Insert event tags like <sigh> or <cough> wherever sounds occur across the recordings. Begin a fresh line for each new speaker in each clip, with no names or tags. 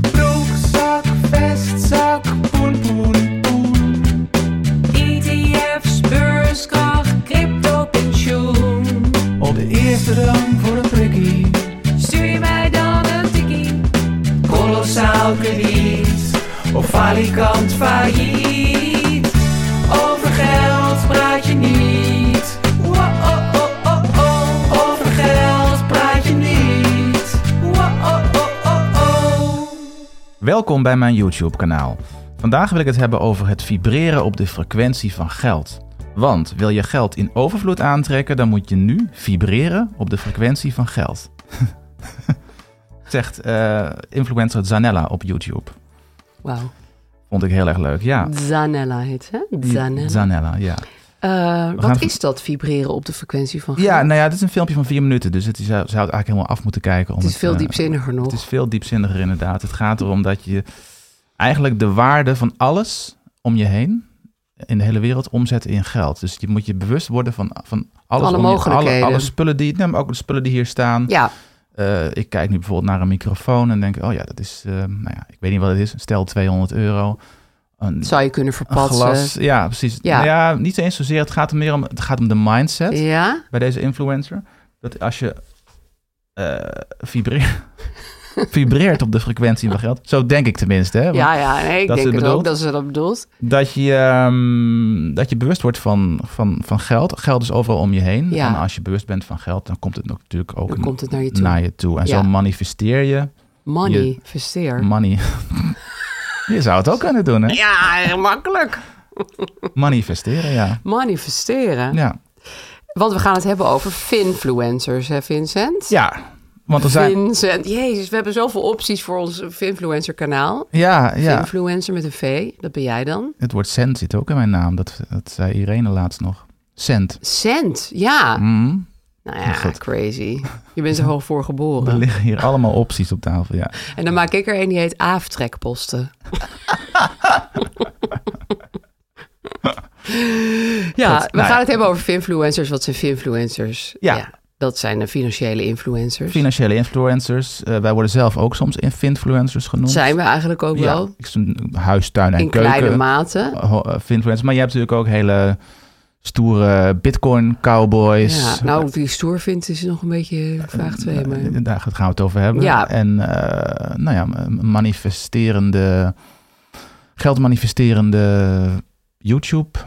Broekzak, vestzak, poen, poen, poen. ETF's, beurskracht, crypto, pensioen.
Op de eerste rang voor een prikkie.
Stuur je mij dan een tikkie? Kolossaal krediet.
Op falikant
Failliet. Over geld praat je niet. Wow-oh-oh-oh-oh. Over geld praat je niet. Wow-oh-oh-oh-oh.
Welkom bij mijn YouTube-kanaal. Vandaag wil ik het hebben over het vibreren op de frequentie van geld. Want wil je geld in overvloed aantrekken, dan moet je nu vibreren op de frequentie van geld. <laughs> Zegt eh, influencer Zanella op YouTube.
Wauw.
Vond ik heel erg leuk, ja.
Zanella heet ze. hè? Zanella.
Zanella, ja.
Eh,
gaan
wat is dat vibreren op de frequentie van
Ja, nou ja, dit is een filmpje van vier minuten, dus het is, zou het eigenlijk helemaal af moeten kijken. Om
Het is veel
eh,
diepzinniger nog.
Het is veel diepzinniger inderdaad. Het gaat erom dat je eigenlijk de waarde van alles om je heen in de hele wereld omzet in geld. Dus je moet je bewust worden van, van alles
Alle
om je-
mogelijkheden.
alle, alle spullen die, nee, maar ook de spullen die hier staan.
Ja,
Eh, ik kijk nu bijvoorbeeld naar een microfoon en denk, oh ja, dat is, eh, nou ja, ik weet niet wat het is, stel 200 euro. Een,
zou je kunnen
een
verpatsen.
glas, ja, precies.
Ja.
Nou ja, niet eens zozeer. Het gaat er meer om, het gaat om de mindset
Ja?
bij deze influencer. Dat als je eh, vibreert,
<laughs>
vibreert op de frequentie van geld. Zo denk ik tenminste. Hè? Want
Ja, ja. Nee, ik
dat is
denk
het
het ook
bedoeld.
dat ze dat bedoelt.
Dat, je, ehm, dat je bewust wordt van, van, van geld. Geld is overal om je heen.
Ja.
En als je bewust bent van geld, dan komt het natuurlijk ook
Dan komt het naar je toe.
toe. En zo
Ja.
manifesteer je
Money,
Je-
versteer.
money. <laughs> je zou het ook kunnen doen, hè?
ja, heel makkelijk.
Manifesteren, ja.
Manifesteren.
Ja.
Want we gaan het hebben over finfluencers, hè Vincent?
ja. Want er zijn...
Vincent. Jezus, we hebben zoveel opties voor ons finfluencer kanaal.
Ja, ja.
Influencer met een V, dat ben jij dan.
Het woord cent zit ook in mijn naam. Dat, dat zei Irene laatst nog. Cent.
Cent, ja.
Mm.
Nou
Ja,
ja,
goed.
crazy. Je bent er hoog
<laughs>
voor
Er
geboren.
liggen hier allemaal opties op tafel, ja.
En dan maak ik er een die
<laughs>
heet aaftrekposten. ja,
Goed, nou
we gaan
ja.
het hebben over finfluencers. Wat zijn finfluencers?
Ja.
dat zijn de financiële influencers.
Financiële influencers. eh, wij worden zelf ook soms finfluencers genoemd.
zijn we eigenlijk ook
ja,
wel.
ik zo'n huis, tuin en
In kleine
keuken.
mate.
ho- eh, finfluencers. Maar je hebt natuurlijk ook hele stoere bitcoin cowboys.
Ja, nou, wie stoer vindt is nog een beetje vraag twee. Maar...
Eh, Daar gaan we het over hebben.
Ja.
En eh, nou ja, manifesterende, geldmanifesterende YouTube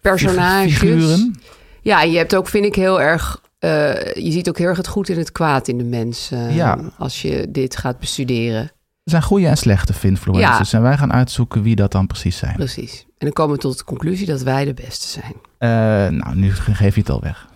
Personages.
figuren.
Ja, en je hebt ook, vind ik, heel erg. eh, je ziet ook heel erg het goed en het kwaad in de mens. eh,
Ja.
Als je dit gaat bestuderen.
Er zijn goede en slechte finfluencers. En wij gaan uitzoeken wie dat dan precies zijn.
Precies. En dan komen we tot de conclusie dat wij de beste zijn.
Eh, nou, nu ge- geef je het al
<laughs>
weg.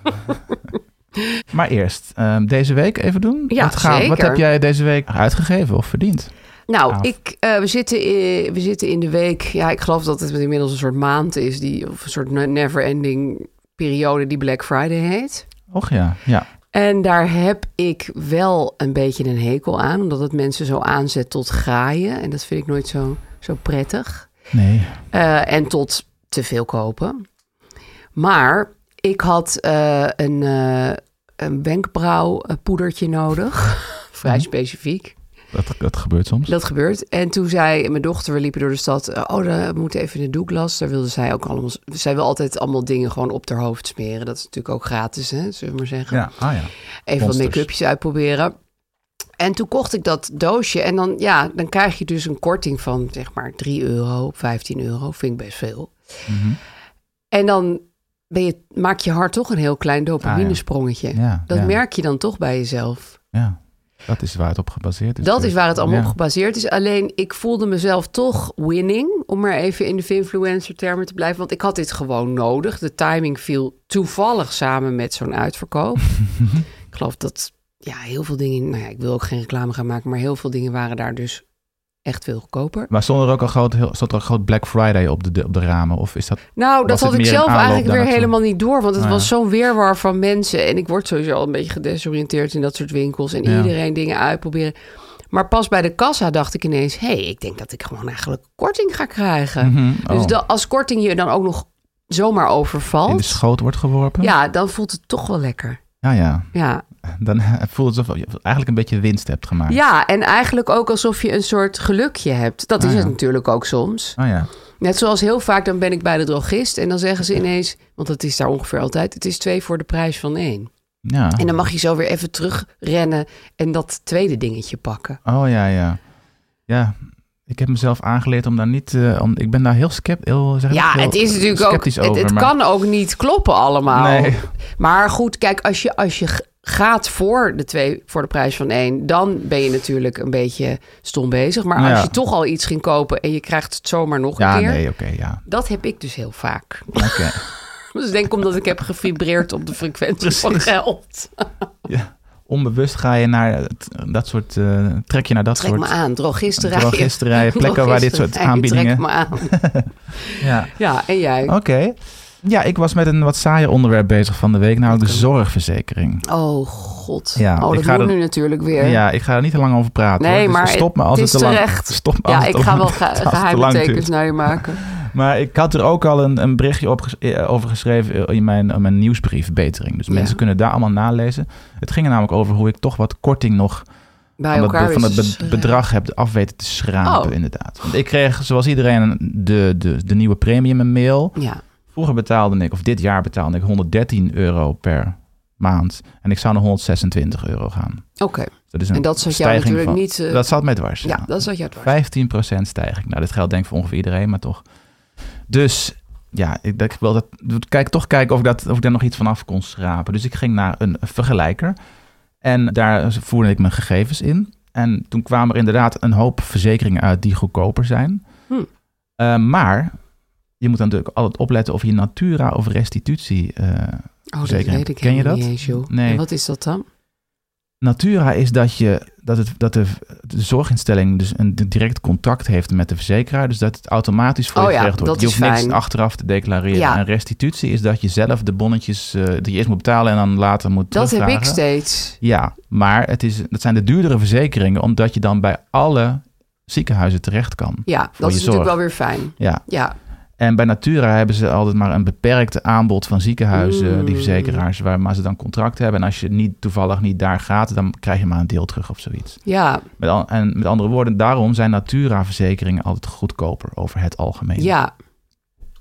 maar eerst, ehm, deze week even doen.
Ja,
wat, wat
zeker.
heb jij deze week uitgegeven of verdiend?
Nou,
Gaaf.
ik, eh, we, zitten in, we zitten in de week. Ja, ik geloof dat het inmiddels een soort maand is. Die, of een soort never-ending periode die Black Friday heet.
Och ja, ja.
En daar heb ik wel een beetje een hekel aan. Omdat het mensen zo aanzet tot graaien. En dat vind ik nooit zo, zo prettig.
Nee.
Eh, en tot te veel kopen. Maar ik had eh, een, <laughs> eh, een wenkbrauwpoedertje nodig. Vrij specifiek.
Dat, dat gebeurt soms.
Dat gebeurt. En toen zei mijn dochter, we liepen door de stad. eh, Oh, we moeten even in de Douglas. Daar wilde zij ook allemaal. Zij wil altijd allemaal dingen gewoon op haar hoofd smeren. Dat is natuurlijk ook gratis, hè, zullen we maar zeggen.
Ja, ah ja.
even wat
Monsters.
make-upjes uitproberen. En toen kocht ik dat doosje. En dan, ja, dan krijg je dus een korting van zeg maar 3 euro op 15 euro. Vind ik best veel.
Mhm.
En dan ben je, maak je hart toch een heel klein dopaminesprongetje.
Ah, ja. Ah, Ja,
dat
ja.
merk je dan toch bij jezelf.
Ja, dat is waar het op gebaseerd is.
Dat is waar het allemaal
Ja.
op gebaseerd is. Alleen ik voelde mezelf toch winning, om maar even in de influencer termen te blijven. Want ik had dit gewoon nodig. De timing viel toevallig samen met zo'n
<laughs>
uitverkoop. ik geloof dat ja, heel veel dingen. Nou ja, ik wil ook geen reclame gaan maken, maar heel veel dingen waren daar dus echt veel goedkoper.
Maar stond er ook al groot, heel- stond er ook groot Black Friday op de, op de ramen? Of is dat...
Nou,
Was
dat
het
had ik
meer een
zelf
aanloop
eigenlijk weer
daarnaartoe?
helemaal niet door. Want het
Ah, ja.
was zo'n weerwar van mensen. En ik word sowieso al een beetje gedesoriënteerd in dat soort winkels. En
Ja.
iedereen dingen uitproberen. Maar pas bij de kassa dacht ik ineens... hé, hey, ik denk dat ik gewoon eigenlijk korting ga krijgen.
oh.
Dus da- als korting je dan ook nog zomaar
in de
overvalt...
schoot wordt geworpen?
ja, dan voelt het toch wel lekker.
Ja, ja.
Ja.
Dan <laughs> voelt het alsof je eigenlijk een beetje winst hebt gemaakt.
ja, en eigenlijk ook alsof je een soort gelukje hebt. Dat is
Ah, ja.
het natuurlijk ook soms.
Oh ja.
Net zoals heel vaak, dan ben ik bij de drogist... en dan zeggen ze ineens, want dat is daar ongeveer altijd... het is twee voor de prijs van één.
Ja.
En dan mag je zo weer even terugrennen en dat tweede dingetje pakken.
Oh ja, ja. Ja, ik heb mezelf aangeleerd om daar niet... eh, om, ik ben daar heel skept, heel, zeg ik
Ja,
heel
het is natuurlijk ook.
sceptisch
Het,
over,
het
maar-
kan ook niet kloppen allemaal.
Nee.
Maar goed, kijk, als je, als je g- gaat voor de twee voor de prijs van één, dan ben je natuurlijk een beetje stom bezig. Maar als
Ja.
je toch al iets ging kopen en je krijgt het zomaar nog
Ja,
een keer.
nee, oké, ja.
Dat heb ik dus heel vaak. <laughs>
Oké.
Dus ik denk omdat ik heb gefibreerd op de frequentie van
Precies.
geld.
Ja. <laughs> Onbewust ga je naar het- dat soort... eh, trek je naar dat
Trek
soort...
me aan, drogisterij. <laughs>
Drogisterijen, plekken waar dit soort aanbiedingen-
Trek me aan.
<laughs> Ja.
Ja, en jij?
Oké. Ja, ik was met een wat saaier onderwerp bezig van de week, namelijk de zorgverzekering.
Oh god.
Ja, ik
oh, dat
ga
moet
dat-
nu natuurlijk weer.
Ja, ik ga er niet te lang over praten.
nee,
hoor. Dus
maar
stop me als
het is
het te lang
terecht.
<laughs> Stop me als
ja,
het
ik
te
ga wel
lang-
ge-
als het te lang duurt.
geheimtekens naar je maken.
Maar ik had er ook al een, een berichtje op ges- eh, over geschreven in mijn, in mijn nieuwsbrief Betering. Dus
Ja.
mensen kunnen daar allemaal nalezen. Het ging er namelijk over hoe ik toch wat korting nog
Bij
van, dat,
elkaar
be- van
is eh,
dat be-
het zo-
bedrag heb af weten te schrapen,
Oh.
inderdaad. Want ik kreeg, zoals iedereen, een- de, de, de nieuwe premium een mail.
Ja,
Vroeger betaalde ik, of dit jaar betaalde ik 113 euro per maand. En ik zou naar 126 euro gaan. Dus
oké.
Dat is een
En dat zat jou
stijging
natuurlijk
van-
niet, eh,
dat zat mij dwars.
Ja, dat zat jou dwars.
15% stijging. Nou, dit geldt denk ik voor ongeveer iedereen, maar toch. Dus ja, ik, dat- ik wil dat, kijk, toch kijken of ik, dat, of ik daar nog iets van af kon schrapen. Dus ik ging naar een vergelijker. En daar voerde ik mijn gegevens in. En toen kwamen er inderdaad een hoop verzekeringen uit die goedkoper zijn.
Hm.
Eh, maar je moet dan natuurlijk altijd opletten of je Natura of restitutie eh,
Oh, dat
Zeker.
weet ik
Ken je
helemaal
dat?
niet eens, joh.
Nee.
En wat is dat dan?
Natura is dat, je, dat, het, dat de, de zorginstelling dus een direct contact heeft met de verzekeraar. Dus dat het automatisch voor
Oh
je
ja,
geregeld wordt.
dat
Je
is
hoeft niks
fijn.
achteraf te declareren.
Ja.
En restitutie is dat je zelf de bonnetjes eh, die je eerst moet betalen en dan later moet
Dat heb ik
terugvragen.
steeds.
Ja, maar het is, dat zijn de duurdere verzekeringen, omdat je dan bij alle ziekenhuizen terecht kan.
Ja, dat is
voor je zorg.
natuurlijk wel weer fijn.
Ja,
Ja,
en bij Natura hebben ze altijd maar een beperkt aanbod van ziekenhuizen, eh,
Mm.
die verzekeraars, waar maar ze dan contract hebben. En als je niet, toevallig niet daar gaat, dan krijg je maar een deel terug of zoiets.
ja,
Met al- en met andere woorden, daarom zijn Natura-verzekeringen altijd goedkoper over het algemeen.
ja,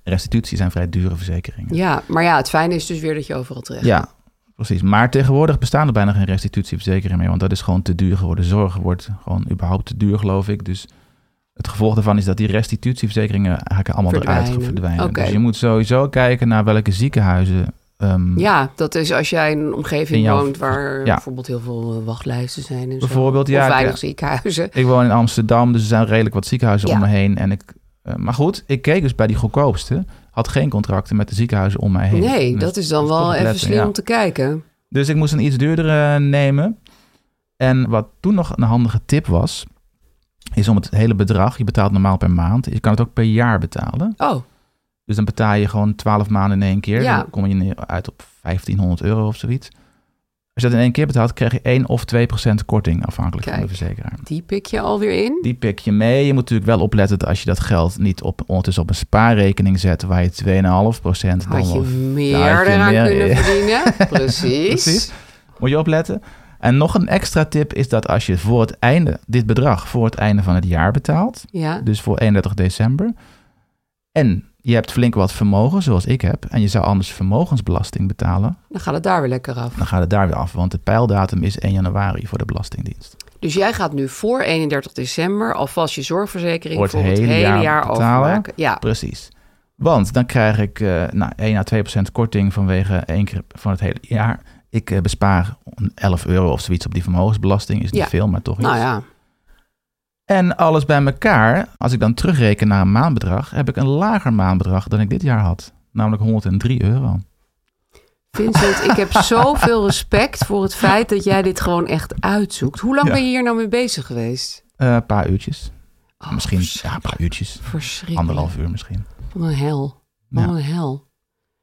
Restitutie zijn vrij dure verzekeringen.
ja. Maar ja, het fijne is dus weer dat je overal terecht
Ja, precies. Maar tegenwoordig bestaan er bijna geen restitutieverzekeringen meer, want dat is gewoon te duur geworden. Zorg wordt gewoon überhaupt te duur, geloof ik. Dus het gevolg daarvan is dat die restitutieverzekeringen eigenlijk allemaal eruit
Verdwijnen.
verdwijnen.
Oké.
Dus je moet sowieso kijken naar welke ziekenhuizen ehm,
Ja, dat is als jij in een omgeving
In jouw-
woont waar
ja.
bijvoorbeeld heel veel eh, wachtlijsten zijn. En zo.
Bijvoorbeeld, ja,
Of
ik-
weinig ziekenhuizen.
Ik woon in Amsterdam, dus er zijn redelijk wat ziekenhuizen
Ja.
om me heen. En ik, eh, maar goed, ik keek dus bij die goedkoopste. Had geen contracten met de ziekenhuizen om mij heen.
Nee,
Dus
dat is dan
dat is
wel
toch
even
letten,
slim
ja.
om te kijken.
Dus ik moest een iets duurdere nemen. En wat toen nog een handige tip was, is om het hele bedrag, je betaalt normaal per maand, je kan het ook per jaar betalen.
Oh,
Dus dan betaal je gewoon 12 maanden in één keer.
Ja.
Dan kom je neer- uit op 1500 euro of zoiets. Als je dat in één keer betaalt, krijg je 1 of 2 procent korting afhankelijk van de
Kijk.
verzekeraar.
die pik je alweer in.
Die pik je mee. Je moet natuurlijk wel opletten dat als je dat geld niet op, ondertussen op een spaarrekening zet, waar je 2,5% dan
Had je
wel-
meer
Ja, had je
eraan
meer- <laughs>
kunnen verdienen. Precies.
Precies. Moet je opletten. En nog een extra tip is dat als je voor het einde, dit bedrag voor het einde van het jaar betaalt,
Ja.
dus voor 31 december, en je hebt flink wat vermogen, zoals ik heb, en je zou anders vermogensbelasting betalen,
Dan gaat het daar weer lekker af.
dan gaat het daar weer af, want de pijldatum is 1 januari voor de Belastingdienst.
Dus jij gaat nu voor 31 december alvast je zorgverzekering
Voor het
voor
hele
het hele
jaar
jaar,
betalen.
overmaken. Ja,
Precies. Want dan krijg ik eh nou, 1 à 2 procent korting vanwege één keer van het hele jaar. Ik eh, bespaar 11 euro of zoiets op die vermogensbelasting. Is niet
Ja.
veel, maar toch iets.
nou ja.
En alles bij elkaar, als ik dan terugreken naar een maandbedrag, heb ik een lager maandbedrag dan ik dit jaar had. Namelijk 103 euro.
Vincent, ik
<laughs>
heb zoveel respect voor het feit dat jij dit gewoon echt uitzoekt. Hoe lang
Ja.
ben je hier nou mee bezig geweest?
Eh, Een paar uurtjes.
Oh,
Ah, misschien
vers-
ja, een paar uurtjes.
verschrikkelijk.
Anderhalf uur misschien.
Wat een hel. Wat
Ja.
een hel.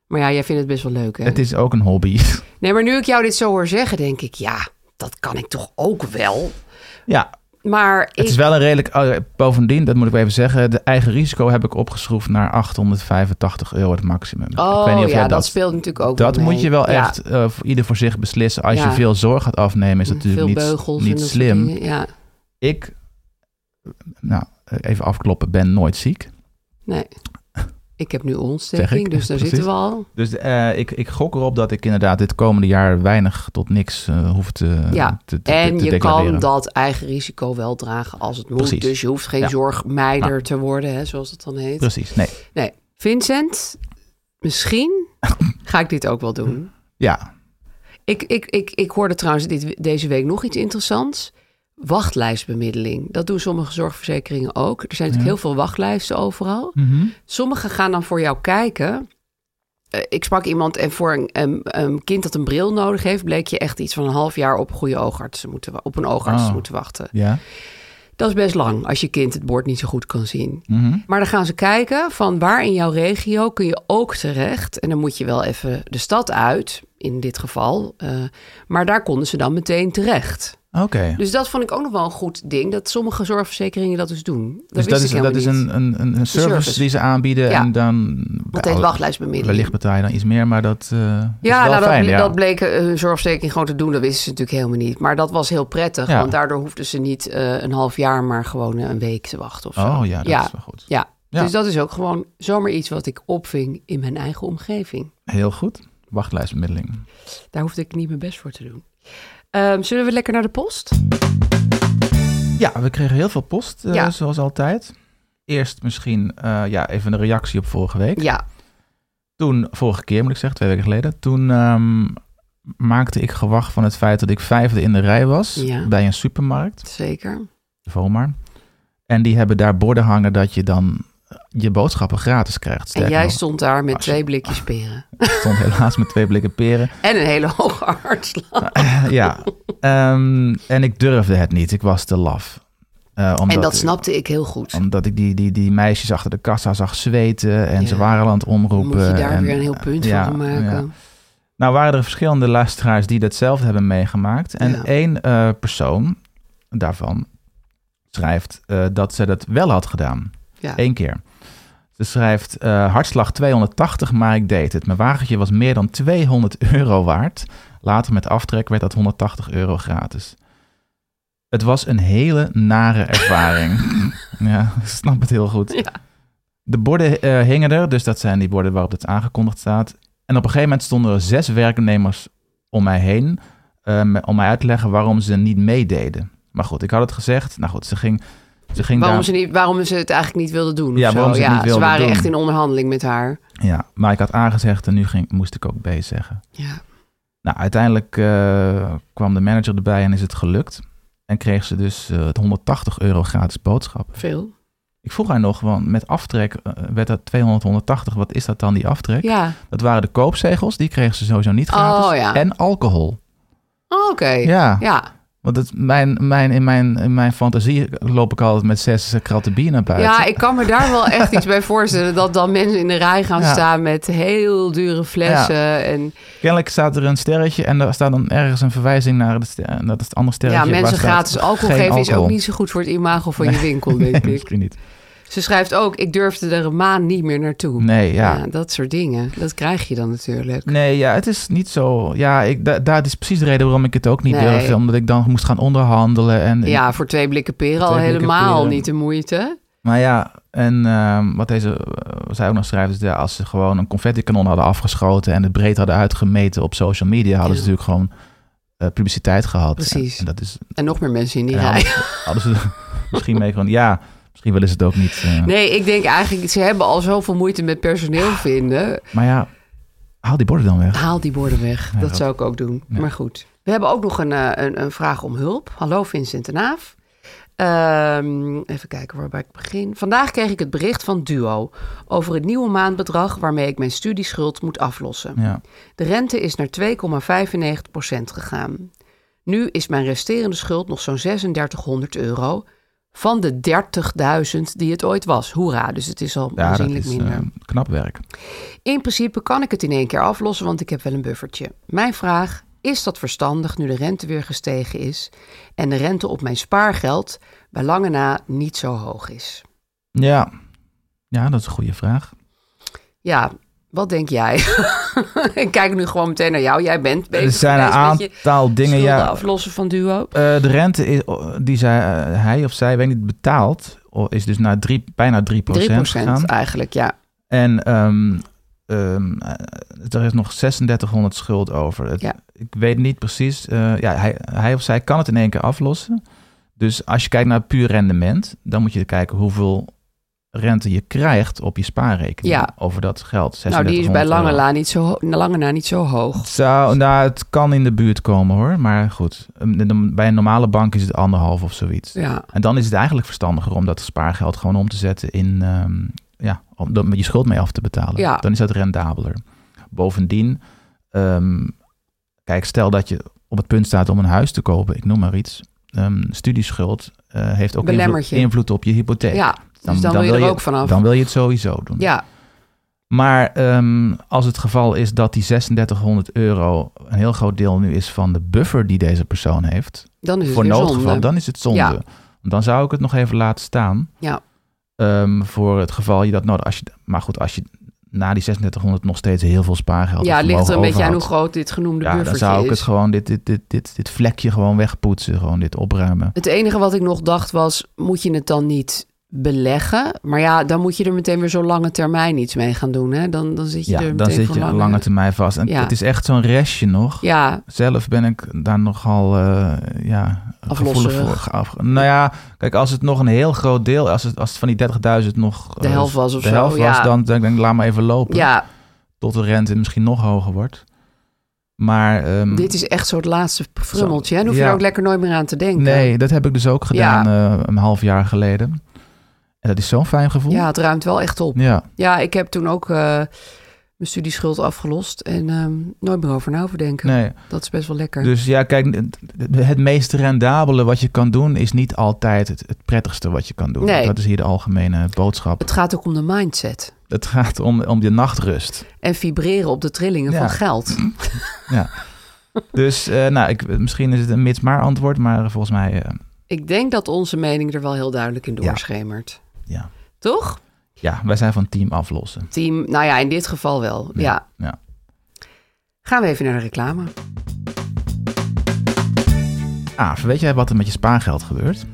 Maar ja, jij vindt het best wel leuk, hè?
Het is ook een hobby. <laughs>
Nee, maar nu ik jou dit zo hoor zeggen, denk ik, ja, dat kan ik toch ook wel.
ja,
Maar ik,
Het is wel een redelijk. oh, Bovendien, dat moet ik wel even zeggen. De eigen risico heb ik opgeschroefd naar 885 euro het maximum.
oh
ik weet niet of
ja,
jij
dat, speelt natuurlijk ook
Dat
wel mee.
moet je wel
Ja,
echt eh, voor ieder voor zich beslissen. Als je
Ja. Mm,
veel zorg gaat afnemen, is dat
veel
natuurlijk niet,
beugels en
niet
dat soort
slim.
dingen. Ja,
Ik, nou, even afkloppen, ben nooit ziek. <laughs>
nee. Ik heb nu ontsteking,
Zeg ik,
dus daar
precies.
zitten we al.
Dus eh, ik, ik gok erop dat ik inderdaad dit komende jaar weinig tot niks eh, hoef te,
Ja,
te, te,
en
te
je
declareren.
kan dat eigen risico wel dragen als het moet.
Precies.
Dus je hoeft geen
Ja.
zorgmeider
Nou.
te worden, hè, zoals dat dan heet.
Precies, nee.
Nee, Vincent, misschien ga ik dit ook wel doen.
Ja,
Ik, ik, ik, ik hoorde trouwens dit, deze week nog iets interessants. Wachtlijstbemiddeling. Dat doen sommige zorgverzekeringen ook. Er zijn natuurlijk heel veel wachtlijsten overal. Sommigen gaan dan voor jou kijken. Eh, ik sprak iemand en voor een, een, een kind dat een bril nodig heeft... bleek je echt iets van een half jaar op, een goede oogarts te moeten, wa- op een oogarts te
Oh.
moeten wachten.
ja.
Dat is best lang als je kind het bord niet zo goed kan zien.
Mhm.
Maar dan gaan ze kijken van waar in jouw regio kun je ook terecht. En dan moet je wel even de stad uit, in dit geval. Eh, maar daar konden ze dan meteen terecht.
Oké.
Dus dat vond ik ook nog wel een goed ding, dat sommige zorgverzekeringen dat dus doen.
Dus
Dat wist
dat
ik
is,
helemaal
dat is
niet.
een, een, een service,
service.
die ze aanbieden
Ja.
en dan...
Dat heet wachtlijstbemiddeling.
Wellicht betaal je dan iets meer, maar dat eh, is
Ja,
wel
nou,
fijn.
dat,
ja.
dat bleek eh, hun zorgverzekering gewoon te doen. Dat wisten ze natuurlijk helemaal niet. Maar dat was heel prettig,
Ja.
want daardoor hoefden ze niet eh, een half jaar, maar gewoon eh, een week te wachten of zo.
Oh ja, dat is wel goed.
Ja.
Ja.
dus dat is ook gewoon zomaar iets wat ik opving in mijn eigen omgeving.
Heel goed. Wachtlijstbemiddeling.
Daar hoefde ik niet mijn best voor te doen. Ehm, zullen we lekker naar de post?
Ja, we kregen heel veel post, eh,
Ja.
zoals altijd. Eerst misschien eh, ja, even een reactie op vorige week.
Ja,
Toen, vorige keer moet ik zeggen, twee weken geleden. Toen ehm, maakte ik gewacht van het feit dat ik vijfde in de rij was
Ja.
bij een supermarkt.
zeker.
Vomar. En die hebben daar borden hangen dat je dan eh, je boodschappen gratis krijgt.
En
Sterker
jij
nog,
stond daar met
als je-
twee blikjes peren.
ik stond helaas met twee blikken peren.
En een hele hoge hartslag.
ja. Ehm, en ik durfde het niet. Ik was te laf. Eh, omdat,
En dat snapte ik heel goed.
Omdat ik die, die, die meisjes achter de kassa zag zweten. En
Ja.
ze waren al aan het omroepen.
Moet je daar
en-
weer een heel punt
ja,
van
ja.
maken.
Nou waren er verschillende luisteraars die datzelfde hebben meegemaakt. En
Ja.
één eh, persoon daarvan schrijft eh, dat ze dat wel had gedaan.
Ja.
Eén keer. Ze schrijft, eh, hartslag 280, maar ik deed het. Mijn wagentje was meer dan 200 euro waard. Later met aftrek werd dat 180 euro gratis. Het was een hele nare
<laughs>
ervaring. ja, ik snap het heel goed.
Ja.
De borden eh, hingen er, dus dat zijn die borden waarop het aangekondigd staat. En op een gegeven moment stonden er zes werknemers om mij heen... eh, me- om mij uit te leggen waarom ze niet meededen. Maar goed, ik had het gezegd. Nou goed, ze ging, ze ging
Waarom,
daar...
ze niet, waarom ze het eigenlijk niet wilden doen. of
Ja,
zo.
waarom ze het niet
Ze
wilden
waren
doen.
echt in onderhandeling met haar.
Ja, maar ik had aangezegd en nu ging, moest ik ook B zeggen.
Ja.
Nou, uiteindelijk eh, kwam de manager erbij en is het gelukt. En kreeg ze dus eh, het 180 euro gratis boodschap.
Veel.
Ik vroeg haar nog, want met aftrek eh, werd dat 200, 180. Wat is dat dan, die aftrek?
Ja.
Dat waren de koopzegels, die kreeg ze sowieso niet gratis.
Oh, ja.
En alcohol.
Oh, Oké.
Ja.
Ja.
Want het, mijn, mijn, in, mijn, in mijn fantasie loop ik altijd met zes kratten bier naar buiten.
ja, ik kan me daar wel echt iets bij voorstellen. Dat dan mensen in de rij gaan
Ja.
staan met heel dure flessen. En
Kennelijk staat er een sterretje en daar staat dan ergens een verwijzing naar het, ster- dat is het andere
ja,
sterretje. waar
mensen
staat
gratis alcohol
geen
geven is
alcohol. <laughs>
ook niet zo goed voor het imago van je winkel, denk
Nee,
ik.
misschien niet.
Ze schrijft ook, ik durfde er een maand niet meer naartoe.
Nee, ja.
Dat soort dingen, dat krijg je dan natuurlijk.
Nee, ja, het is niet zo. Ja, ik, da- daar is precies de reden waarom ik het ook niet
Nee.
durfde. Omdat ik dan moest gaan onderhandelen. En,
Ja, voor twee blikken peren al
Twee blikken
helemaal
peren.
niet de moeite.
Maar ja, en ehm, wat deze, eh, zij ook nog schrijft, is dat als ze gewoon een confetti-kanon hadden afgeschoten en het breed hadden uitgemeten op social media, hadden ze
Ja.
natuurlijk gewoon eh, publiciteit gehad.
Precies.
En, en dat is,
En nog meer mensen in die
en
rij. <laughs>
hadden, hadden ze <laughs> er misschien mee gewoon, ja, misschien willen ze het ook niet. eh,
Nee, ik denk eigenlijk, ze hebben al zoveel moeite met personeel vinden.
Maar ja, haal die borden dan weg.
Haal die borden weg.
Nee,
dat
dat-
zou ik ook doen. Maar goed. We hebben ook nog een, eh, een, een vraag om hulp. Hallo Vincent en Aaf. Ehm, even kijken waarbij ik begin. Vandaag kreeg ik het bericht van Duo over het nieuwe maandbedrag waarmee ik mijn studieschuld moet aflossen.
Ja.
De rente is naar 2,95% gegaan. Nu is mijn resterende schuld nog zo'n 3600 euro van de 30.000 die het ooit was. Hoera, dus het is al
Ja, dat
aanzienlijk
is
minder.
eh, knap werk.
In principe kan ik het in één keer aflossen, want ik heb wel een buffertje. Mijn vraag, is dat verstandig nu de rente weer gestegen is en de rente op mijn spaargeld bij lange na niet zo hoog is?
Ja. ja, dat is een goede vraag.
Ja, wat denk jij? <laughs> ik kijk nu gewoon meteen naar jou. Jij bent bezig
Er zijn een
geweest met je
aantal dingen,
schulden
ja,
aflossen van Duo.
Eh, de rente is, die zij, eh, hij of zij, weet niet, betaalt, o- is dus naar drie, bijna 3%,
3%
gegaan.
eigenlijk, ja.
En ehm, ehm, eh, er is nog 3600 schuld over. Het-
Ja.
Ik weet niet precies. eh, ja, hij, hij of zij kan het in één keer aflossen. Dus als je kijkt naar puur rendement, dan moet je kijken hoeveel rente je krijgt op je spaarrekening
Ja.
over dat geld.
Nou, die is bij
3600
lange,
euro.
la niet zo, ho- lange na niet zo hoog.
Het Zou, nou, het kan in de buurt komen hoor. Maar goed, Een- bij een normale bank is het anderhalf of zoiets.
Ja,
En dan is het eigenlijk verstandiger om dat spaargeld gewoon om te zetten in, ehm, ja, om er met je schuld mee af te betalen.
Ja.
Dan is dat rendabeler. Bovendien, ehm, kijk, stel dat je op het punt staat om een huis te kopen, ik noem maar iets. ehm, studieschuld eh, heeft ook
Belemmert
invloed,
je.
invloed op je hypotheek.
ja. dus dan, wil je er ook vanaf.
Dan wil je het sowieso doen.
Ja,
Maar ehm, als het geval is dat die 3600 euro een heel groot deel nu is van de buffer die deze persoon heeft,
dan is het
voor
weer
noodgeval,
zonde.
dan is het zonde.
Ja.
Want Dan zou ik het nog even laten staan.
Ja.
Ehm, voor het geval je dat nodig als je, Maar goed, als je na die 3600 nog steeds heel veel spaargeld
Ja,
of
ligt er een
vermogen
beetje aan hoe
overhoudt,
groot dit genoemde
ja, dan
buffertje
zou ik
is.
het gewoon, dit, dit, dit, dit, dit vlekje gewoon wegpoetsen. Gewoon dit opruimen.
Het enige wat ik nog dacht was, moet je het dan niet beleggen? Maar ja, dan moet je er meteen weer zo lange termijn iets mee gaan doen. Hè? Dan, dan zit je er
Ja,
meteen
dan zit
voor
je lange termijn vast. En
Ja.
het is echt zo'n restje nog.
Ja,
Zelf ben ik daar nogal eh, ja, gevoelig
Aflosserig.
voor. geaf- Nou ja, kijk, als het nog een heel groot deel, als het, als het van die 30.000 nog
De
eh,
helft was of
de
zo,
helft was,
ja.
dan denk ik, laat maar even lopen.
ja,
tot de rente misschien nog hoger wordt. Maar ehm,
dit is echt zo het laatste frummeltje. Hè? Dan hoef je
Ja.
er ook lekker nooit meer aan te denken.
nee, dat heb ik dus ook gedaan eh, een half jaar geleden. En dat is zo'n fijn gevoel.
Ja, het ruimt wel echt op.
Ja.
Ja, ik heb toen ook eh, mijn studieschuld afgelost en ehm, nooit meer over na overdenken.
Nee.
Dat is best wel lekker.
Dus ja, kijk, het- het meest rendabele wat je kan doen is niet altijd het, het prettigste wat je kan doen.
Nee.
Dat is hier de algemene boodschap.
Het gaat ook om de mindset
Het gaat om, om je nachtrust.
en vibreren op de trillingen
Ja.
van geld.
Dus eh, nou, ik, misschien is het een mits maar antwoord, maar volgens mij eh,
Ik denk dat onze mening er wel heel duidelijk in doorschemert.
ja.
Toch?
Ja, wij zijn van team aflossen.
Team, nou ja, in dit geval wel. Ja.
Ja.
Gaan we even naar de reclame.
Ah, weet jij wat er met je spaargeld gebeurt?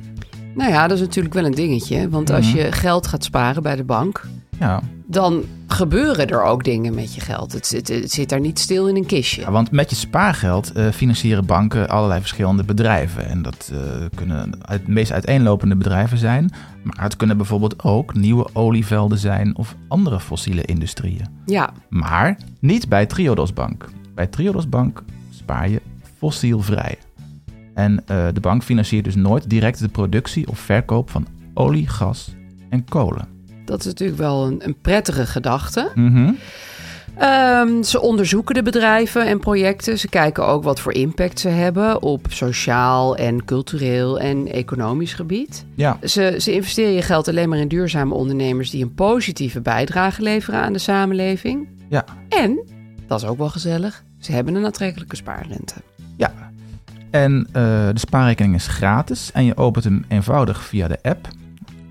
Nou ja, dat is natuurlijk wel een dingetje. Want als je geld gaat sparen bij de bank,
Ja.
dan gebeuren er ook dingen met je geld. Het, zit- het zit daar niet stil in een kistje.
Ja, want met je spaargeld eh, financieren banken allerlei verschillende bedrijven. En dat eh, kunnen uit, meest uiteenlopende bedrijven zijn. Maar het kunnen bijvoorbeeld ook nieuwe olievelden zijn of andere fossiele industrieën.
Ja,
Maar niet bij Triodos Bank. Bij Triodos Bank spaar je fossielvrij. En eh, de bank financiert dus nooit direct de productie of verkoop van olie, gas en kolen.
dat is natuurlijk wel een, een prettige gedachte.
Mhm.
Ehm, ze onderzoeken de bedrijven en projecten. Ze kijken ook wat voor impact ze hebben op sociaal en cultureel en economisch gebied.
Ja,
Ze, ze investeren je geld alleen maar in duurzame ondernemers die een positieve bijdrage leveren aan de samenleving.
ja,
En, dat is ook wel gezellig, ze hebben een aantrekkelijke spaarrente.
Ja. En eh, de spaarrekening is gratis en je opent hem eenvoudig via de app.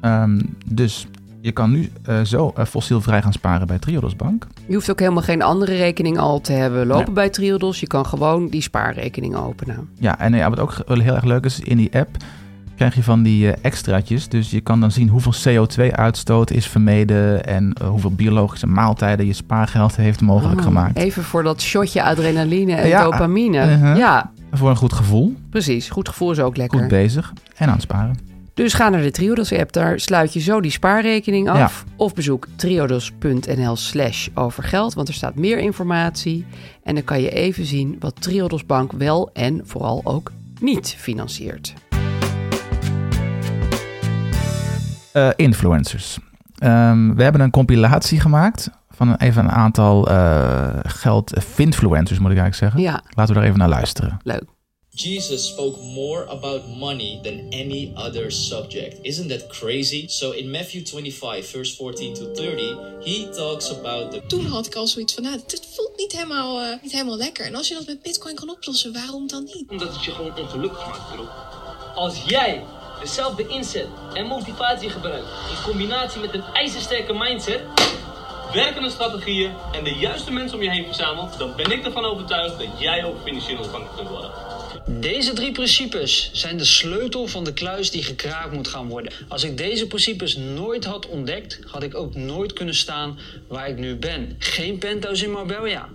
Ehm, dus Je kan nu eh, zo eh, fossielvrij gaan sparen bij Triodos Bank.
Je hoeft ook helemaal geen andere rekening al te hebben lopen
Nee.
bij Triodos. Je kan gewoon die spaarrekening openen.
Ja, en eh, ja, wat ook ge- heel erg leuk is, in die app krijg je van die eh, extraatjes. Dus je kan dan zien hoeveel CO2-uitstoot is vermeden en eh, hoeveel biologische maaltijden je spaargeld heeft mogelijk
Oh,
gemaakt.
Even voor dat shotje adrenaline en
Ja.
dopamine.
Uh-huh.
Ja,
Voor een goed gevoel,
precies. Goed gevoel is ook lekker.
goed bezig en aan het sparen.
Dus ga naar de Triodos-app, daar sluit je zo die spaarrekening af. Of bezoek triodos.nl slash overgeld, want er staat meer informatie. En dan kan je even zien wat Triodos Bank wel en vooral ook niet financiert.
Eh, influencers. Ehm, we hebben een compilatie gemaakt van een, even een aantal eh geld finfluencers, moet ik eigenlijk zeggen.
Ja,
Laten we daar even naar luisteren.
leuk.
Jesus spoke more about money than any other subject. Isn't that crazy? So in Matthew 25, verse 14 to 30, he talks about the
Toen had ik al zoiets van, nou, dit voelt niet helemaal, eh, niet helemaal lekker. En als je dat met bitcoin kan oplossen, waarom dan niet?
Omdat het je gewoon ongelukkig maakt, bro. Als jij dezelfde inzet en motivatie gebruikt in combinatie met een ijzersterke mindset, werkende strategieën en de juiste mensen om je heen verzamelt, dan ben ik ervan overtuigd dat jij ook financieel onafhankelijk kunt worden.
Deze drie principes zijn de sleutel van de kluis die gekraakt moet gaan worden. Als ik deze principes nooit had ontdekt, had ik ook nooit kunnen staan waar ik nu ben. Geen penthouse in Marbella,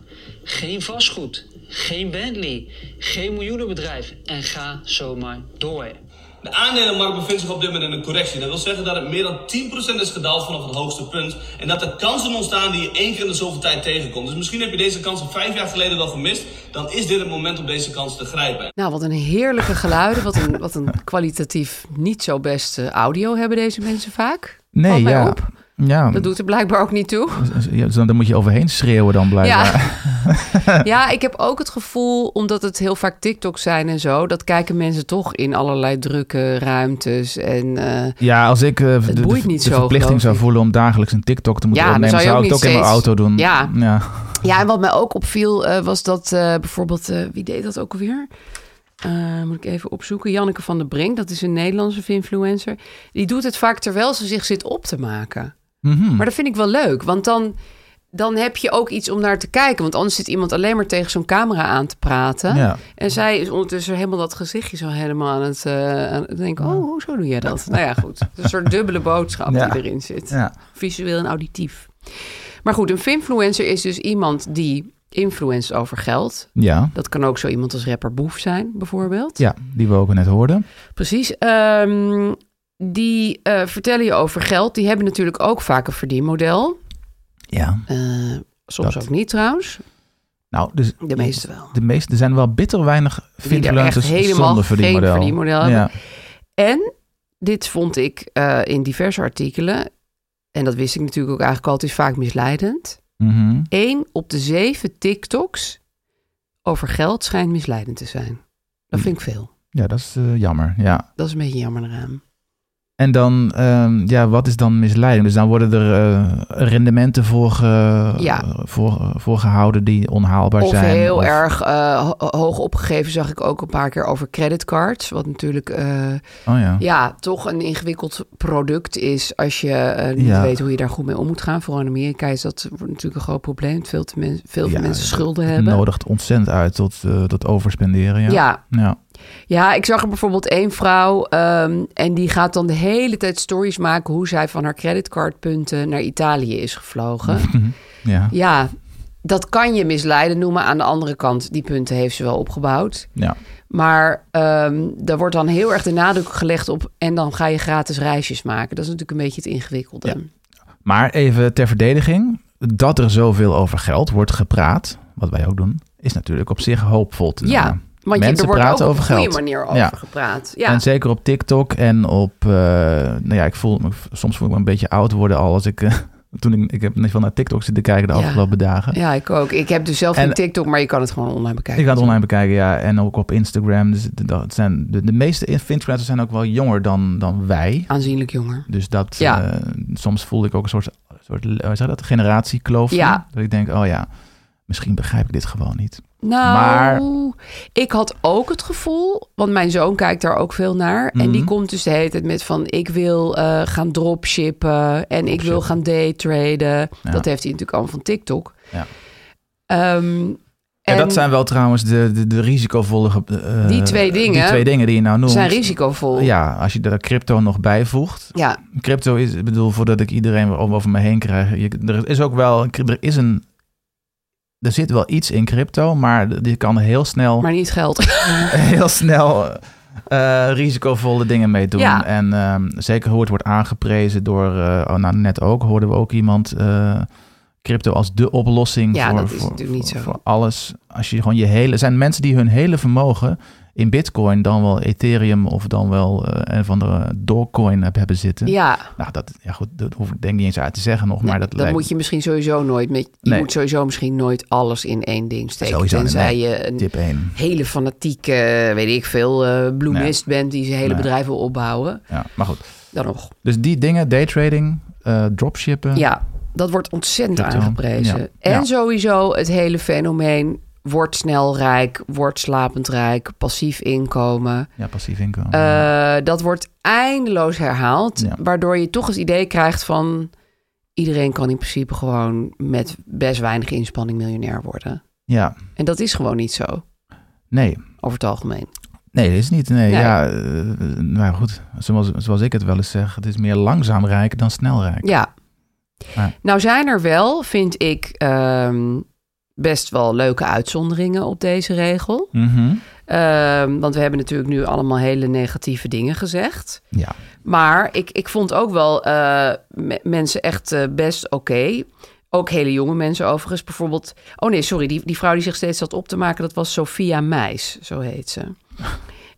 geen vastgoed, geen Bentley, geen miljoenenbedrijf en ga zomaar door.
De aandelenmarkt bevindt zich op dit moment in een correctie. Dat wil zeggen dat het meer dan 10% is gedaald vanaf het hoogste punt. En dat er kansen ontstaan die je één keer in de zoveel tijd tegenkomt. Dus misschien heb je deze kansen vijf jaar geleden wel gemist. Dan is dit het moment om deze kansen te grijpen.
Nou, wat een heerlijke geluiden. Wat een, wat een kwalitatief niet zo beste audio hebben deze mensen vaak. Valt mij
ja.
op.
Ja,
Dat doet er blijkbaar ook niet toe.
Ja, dus dan, dan moet je overheen schreeuwen dan blijkbaar.
Ja. ja, ik heb ook het gevoel, omdat het heel vaak TikTok zijn en zo, dat kijken mensen toch in allerlei drukke ruimtes. En eh,
Ja, als ik eh, de, de-
boeit niet
de
zo,
verplichting
geloof
zou
ik.
voelen om dagelijks een TikTok te moeten
Ja, dan
opnemen,
zou je
zou ik het
ook
ook
niet
in mijn
steeds-
auto doen.
Ja.
ja.
ja, en wat mij ook opviel eh, was dat eh, bijvoorbeeld, eh, wie deed dat ook alweer? Eh, moet ik even opzoeken. Janneke van der Brink, dat is een Nederlandse influencer. Die doet het vaak terwijl ze zich zit op te maken.
Mhm.
Maar dat vind ik wel leuk, want dan, dan heb je ook iets om naar te kijken. Want anders zit iemand alleen maar tegen zo'n camera aan te praten.
Ja.
En zij is ondertussen helemaal dat gezichtje zo helemaal aan het, eh, aan het denken. Oh, hoezo doe jij dat? nou ja, goed. Het is Een soort dubbele boodschap
Ja.
die erin zit.
Ja.
Visueel en auditief. Maar goed, een finfluencer is dus iemand die influence over geld.
Ja.
Dat kan ook zo iemand als rapper Boef zijn, bijvoorbeeld.
Ja, die we ook net hoorden.
Precies. Ehm, die eh, vertellen je over geld. Die hebben natuurlijk ook vaak een verdienmodel.
Ja.
Eh, soms
Dat-
ook niet trouwens.
Nou, dus
De meeste wel.
De meeste, er zijn wel bitter weinig
Die er echt
influencers
helemaal
zonder
geen
verdienmodel.
verdienmodel
ja.
hebben. En dit vond ik eh, in diverse artikelen. En dat wist ik natuurlijk ook eigenlijk al. Het is vaak misleidend.
Mhm.
Eén op de zeven TikToks over geld schijnt misleidend te zijn. Dat vind ik veel.
ja, dat is eh, jammer. Ja.
Dat is een beetje jammer eraan.
En dan, ehm, ja, wat is dan misleiding? Dus dan worden er eh, rendementen voor, ge-
Ja.
voor, voor gehouden die onhaalbaar
Of
zijn.
heel
of-
erg eh, ho- hoog opgegeven zag ik ook een paar keer over creditcards. Wat natuurlijk eh,
Oh ja.
ja, toch een ingewikkeld product is als je eh, niet
Ja.
weet hoe je daar goed mee om moet gaan. Vooral in Amerika is dat wordt natuurlijk een groot probleem. Veel, te men- veel
Ja,
mensen schulden
het
hebben.
nodigt ontzettend uit tot, eh, tot overspenderen. Ja.
Ja,
Ja.
Ja, ik zag er bijvoorbeeld één vrouw ehm, en die gaat dan de hele tijd stories maken hoe zij van haar creditcardpunten naar Italië is
<laughs>
gevlogen.
Ja.
ja, dat kan je misleiden noemen. Aan de andere kant, die punten heeft ze wel opgebouwd.
Ja.
Maar ehm daar wordt dan heel erg de nadruk gelegd op en dan ga je gratis reisjes maken. Dat is natuurlijk een beetje het ingewikkelde.
Ja. nou, Maar even ter verdediging. Dat er zoveel over geld wordt gepraat, wat wij ook doen, is natuurlijk op zich hoopvol te
Ja,
noemen.
want je,
Mensen
er wordt ook
praten
op
over
een goede
geld.
manier over
Ja.
gepraat. Ja.
En zeker op TikTok en op... eh, nou ja, ik voel, me- soms voel ik me een beetje oud worden al als ik... eh, <laughs> toen ik, ik heb net veel naar TikTok zitten kijken de
Ja.
afgelopen dagen.
ja, ik ook. Ik heb dus zelf
En-
geen TikTok, maar je kan het gewoon online bekijken.
Ik ga het online bekijken, ja. En ook op Instagram. Dus dat zijn, de, de meeste influencers zijn ook wel jonger dan, dan wij.
Aanzienlijk jonger.
Dus dat,
Ja.
eh, soms voelde ik ook een soort, soort eh, hoe zeg je dat, generatiekloof.
Ja.
Dat ik denk, oh ja, misschien begrijp ik dit gewoon niet.
Nou,
Maar-
ik had ook het gevoel, want mijn zoon kijkt daar ook veel naar. En
Mhm.
die komt dus de hele tijd met van, ik wil eh, gaan dropshippen en ik wil gaan daytraden.
Ja.
Dat heeft hij natuurlijk allemaal van TikTok.
Ja.
Ehm,
Ja,
en
dat zijn wel trouwens de, de, de risicovolle... ge- eh,
Die twee
Die
dingen
twee dingen die je nou noemt.
zijn risicovol.
Ja, als je daar crypto nog bijvoegt.
Ja.
Crypto is, ik bedoel, voordat ik iedereen om- over me heen krijg. je- er is ook wel, er is een... Er zit wel iets in crypto, maar je kan heel snel... <laughs>
Maar niet geld.
heel snel eh, risicovolle dingen mee doen.
Ja.
En ehm, zeker hoe het wordt aangeprezen door, eh, oh, nou, net ook hoorden we ook iemand eh, crypto als de oplossing
Ja,
voor,
dat is
voor,
natuurlijk niet
voor-
zo.
voor alles. Als je gewoon je hele, er zijn mensen die hun hele vermogen in Bitcoin, dan wel Ethereum of dan wel eh, een van de Dogecoin heb- hebben zitten.
Ja.
Nou, dat, ja, goed, dat hoef ik denk ik niet eens uit te zeggen nog, maar dat,
Dan
lijkt
moet je misschien sowieso nooit met. Je
Nee.
moet sowieso misschien nooit alles in één ding steken.
Sowieso niet,
tenzij
nee.
je een
Tip één.
hele fanatieke, weet ik veel, eh bloemist bent die zijn hele
Nee.
bedrijf wil opbouwen.
Ja, maar goed.
Dan nog.
Dus die dingen, daytrading, eh dropshippen.
Ja, dat wordt ontzettend
Crypto,
aangeprezen.
ja.
En
Ja.
sowieso het hele fenomeen wordt snel rijk, wordt slapend rijk, passief inkomen.
Ja, passief inkomen.
Eh, dat wordt eindeloos herhaald, waardoor je toch het idee krijgt van iedereen kan in principe gewoon met best weinig inspanning miljonair worden.
Ja.
En dat is gewoon niet zo,
Nee.
over het algemeen.
Nee, dat is niet. Nee,
Nee.
ja. eh, nou goed, zoals, zoals ik het wel eens zeg, het is meer langzaam rijk dan snel rijk.
Ja.
Ja.
Nou zijn er wel, vind ik, ehm, best wel leuke uitzonderingen op deze regel.
Mhm.
Ehm, want we hebben natuurlijk nu allemaal hele negatieve dingen gezegd.
Ja.
Maar ik, ik vond ook wel eh, me- mensen echt eh, best oké. Ook hele jonge mensen overigens. Bijvoorbeeld, oh nee, sorry, die, die vrouw die zich steeds zat op te maken, dat was Sophia Meis, zo heet ze.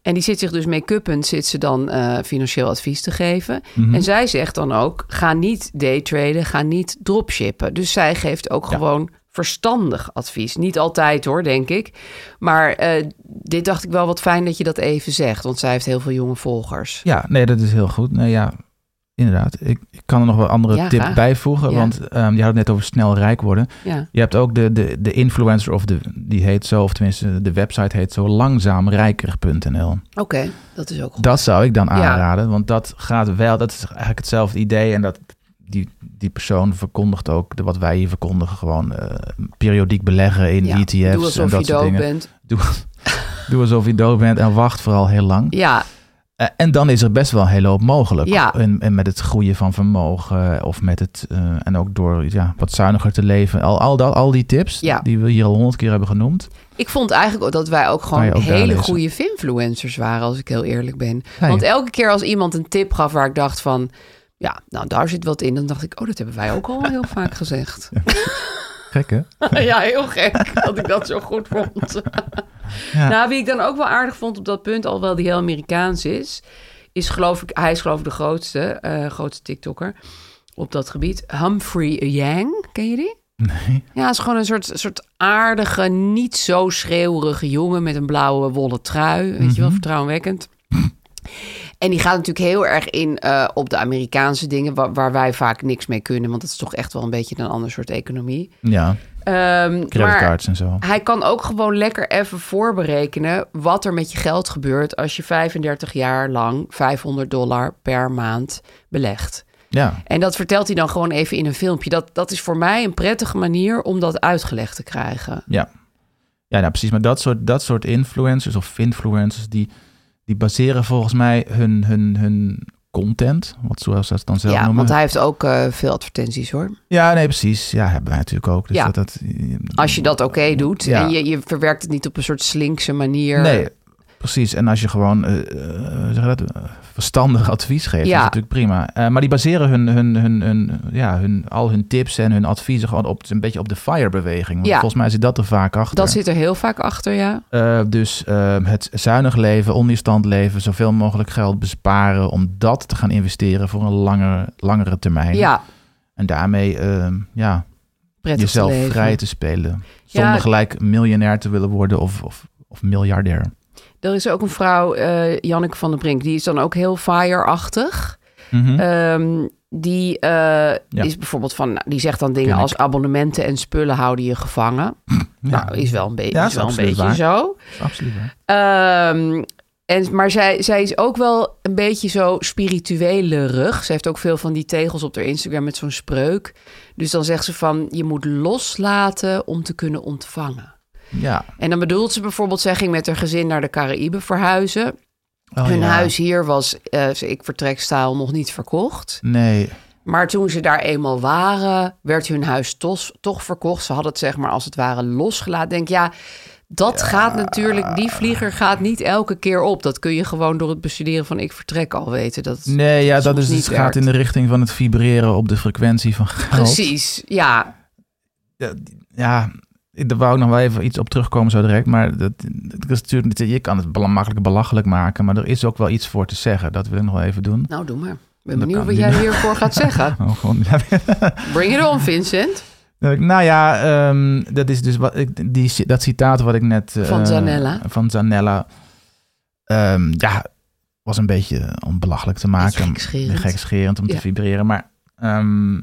En die zit zich dus make-uppend, zit ze dan eh, financieel advies te geven.
Mhm.
En zij zegt dan ook, ga niet daytraden, ga niet dropshippen. Dus zij geeft ook gewoon verstandig advies. Niet altijd hoor, denk ik. Maar eh, dit dacht ik wel wat fijn dat je dat even zegt. Want zij heeft heel veel jonge volgers.
Ja, nee, dat is heel goed. Nee, ja, inderdaad. Ik, ik kan er nog wel andere
Ja,
tip
graag.
bijvoegen,
Ja.
want ehm, je had het net over snel rijk worden.
Ja.
Je hebt ook de, de, de influencer, of de, die heet zo, of tenminste de website heet zo, langzaamrijker.nl.
Oké, dat is ook goed.
Dat zou ik dan
Ja.
aanraden, want dat gaat wel, dat is eigenlijk hetzelfde idee. En dat, die, die persoon verkondigt ook de, wat wij hier verkondigen, gewoon eh, periodiek beleggen in
Ja,
ETF's
doe
en dat
alsof
soort
je dood
dingen.
bent.
Doe, <laughs> doe alsof je dood bent en wacht vooral heel lang.
Ja.
Eh, En dan is er best wel een hele hoop mogelijk.
Ja.
En, en met het groeien van vermogen of met het. eh, en ook door ja, wat zuiniger te leven. Al, al, dat, al die tips
Ja.
die we hier al honderd keer hebben genoemd.
Ik vond eigenlijk dat wij ook
Kan
gewoon
je ook daar
hele
lezen.
goede influencers waren, als ik heel eerlijk ben.
Nee.
Want elke keer als iemand een tip gaf waar ik dacht van, ja, nou daar zit wat in, dan dacht ik, oh, dat hebben wij ook al heel vaak gezegd.
Gek hè?
<laughs> ja, heel gek dat ik dat zo goed vond.
Ja.
Nou, wie ik dan ook wel aardig vond op dat punt, alhoewel die heel Amerikaans is, is geloof ik, hij is geloof ik de grootste, eh, grootste TikToker op dat gebied. Humphrey Yang, ken je die? Nee. Ja, het is gewoon een soort, soort aardige, niet zo schreeuwerige jongen met een blauwe wollen trui. Weet je wel,
Mhm.
vertrouwenwekkend. En die gaat natuurlijk heel erg in eh, op de Amerikaanse dingen, wa- waar wij vaak niks mee kunnen. Want dat is toch echt wel een beetje een ander soort
<laughs>
economie.
Ja.
Ehm,
Creditcards en zo.
Hij kan ook gewoon lekker even voorberekenen wat er met je geld gebeurt als je 35 jaar lang 500 dollar per maand belegt.
Ja.
En dat vertelt hij dan gewoon even in een filmpje. Dat, dat is voor mij een prettige manier om dat uitgelegd te krijgen.
Ja. Ja, nou precies. Maar dat soort, dat soort influencers of influencers die, die baseren volgens mij hun, hun, hun content. Wat zoals ze dat dan zelf
ja,
noemen.
want hij heeft ook eh, veel advertenties hoor.
Ja, nee, precies. Ja, hebben wij natuurlijk ook. Dus
Ja.
dat, dat,
Als je dat oké doet
Ja.
en je, je verwerkt het niet op een soort slinkse manier.
Nee, precies. En als je gewoon eh, eh, hoe zeg je dat, Eh, verstandig advies geeft,
Ja.
is natuurlijk prima. Eh, maar die baseren hun, hun, hun, hun, ja, hun, al hun tips en hun adviezen gewoon op, een beetje op de fire-beweging. Want
Ja.
Volgens mij zit dat er vaak achter.
Dat zit er heel vaak achter, ja.
Eh, dus eh, het zuinig leven, onderstand leven, zoveel mogelijk geld besparen om dat te gaan investeren voor een langere, langere termijn.
Ja.
En daarmee eh, ja,
Prettig te
jezelf
leven.
vrij te spelen.
Ja.
Zonder gelijk miljonair te willen worden of, of, of miljardair.
Er is ook een vrouw, eh Janneke van der Brink, die is dan ook heel fire-achtig.
Mhm.
Ehm, die eh, is bijvoorbeeld van, nou, die zegt dan dingen als abonnementen en spullen houden je gevangen. Nou, is wel een, beetje
Ja,
is
is
wel een
absoluut
beetje
waar.
zo.
Absoluut. waar.
Ehm, en, maar zij, zij is ook wel een beetje zo spirituele rug. Ze heeft ook veel van die tegels op haar Instagram met zo'n spreuk. Dus dan zegt ze van, je moet loslaten om te kunnen ontvangen.
Ja.
En dan bedoelt ze bijvoorbeeld, zij ging met haar gezin naar de Caraïbe verhuizen.
Oh,
Hun
ja.
huis hier was, eh, ze- ik vertrek staal, nog niet verkocht.
Nee.
Maar toen ze daar eenmaal waren, werd hun huis tos, toch verkocht. Ze hadden het zeg maar als het ware losgelaten. Denk ja, dat gaat natuurlijk, die vlieger gaat niet elke keer op. Dat kun je gewoon door het bestuderen van ik vertrek al weten. Dat
Nee, ja, dat
soms
is, het
niet
gaat in de richting van het vibreren op de frequentie van geld.
Precies, ja.
Ja, ik- daar wou ik nog wel even iets op terugkomen zo direct. Maar dat, dat is natuurlijk, niet- je kan het bela- makkelijk belachelijk maken. Maar er is ook wel iets voor te zeggen. Dat wil ik nog wel even doen.
Nou, doe maar. Ik ben
Dat
benieuwd
kan
wat
niet.
jij hiervoor gaat
<laughs>
zeggen.
Oh, gewoon,
Bring it on, Vincent.
Dan heb ik, Nou ja, ehm, dat is dus wat ik, die, dat citaat wat ik net. eh,
Van Zanella.
Van Zanella. ehm, ja, was een beetje om belachelijk te maken.
Gekscherend.
Gekscherend om
Ja.
te vibreren. Maar ehm,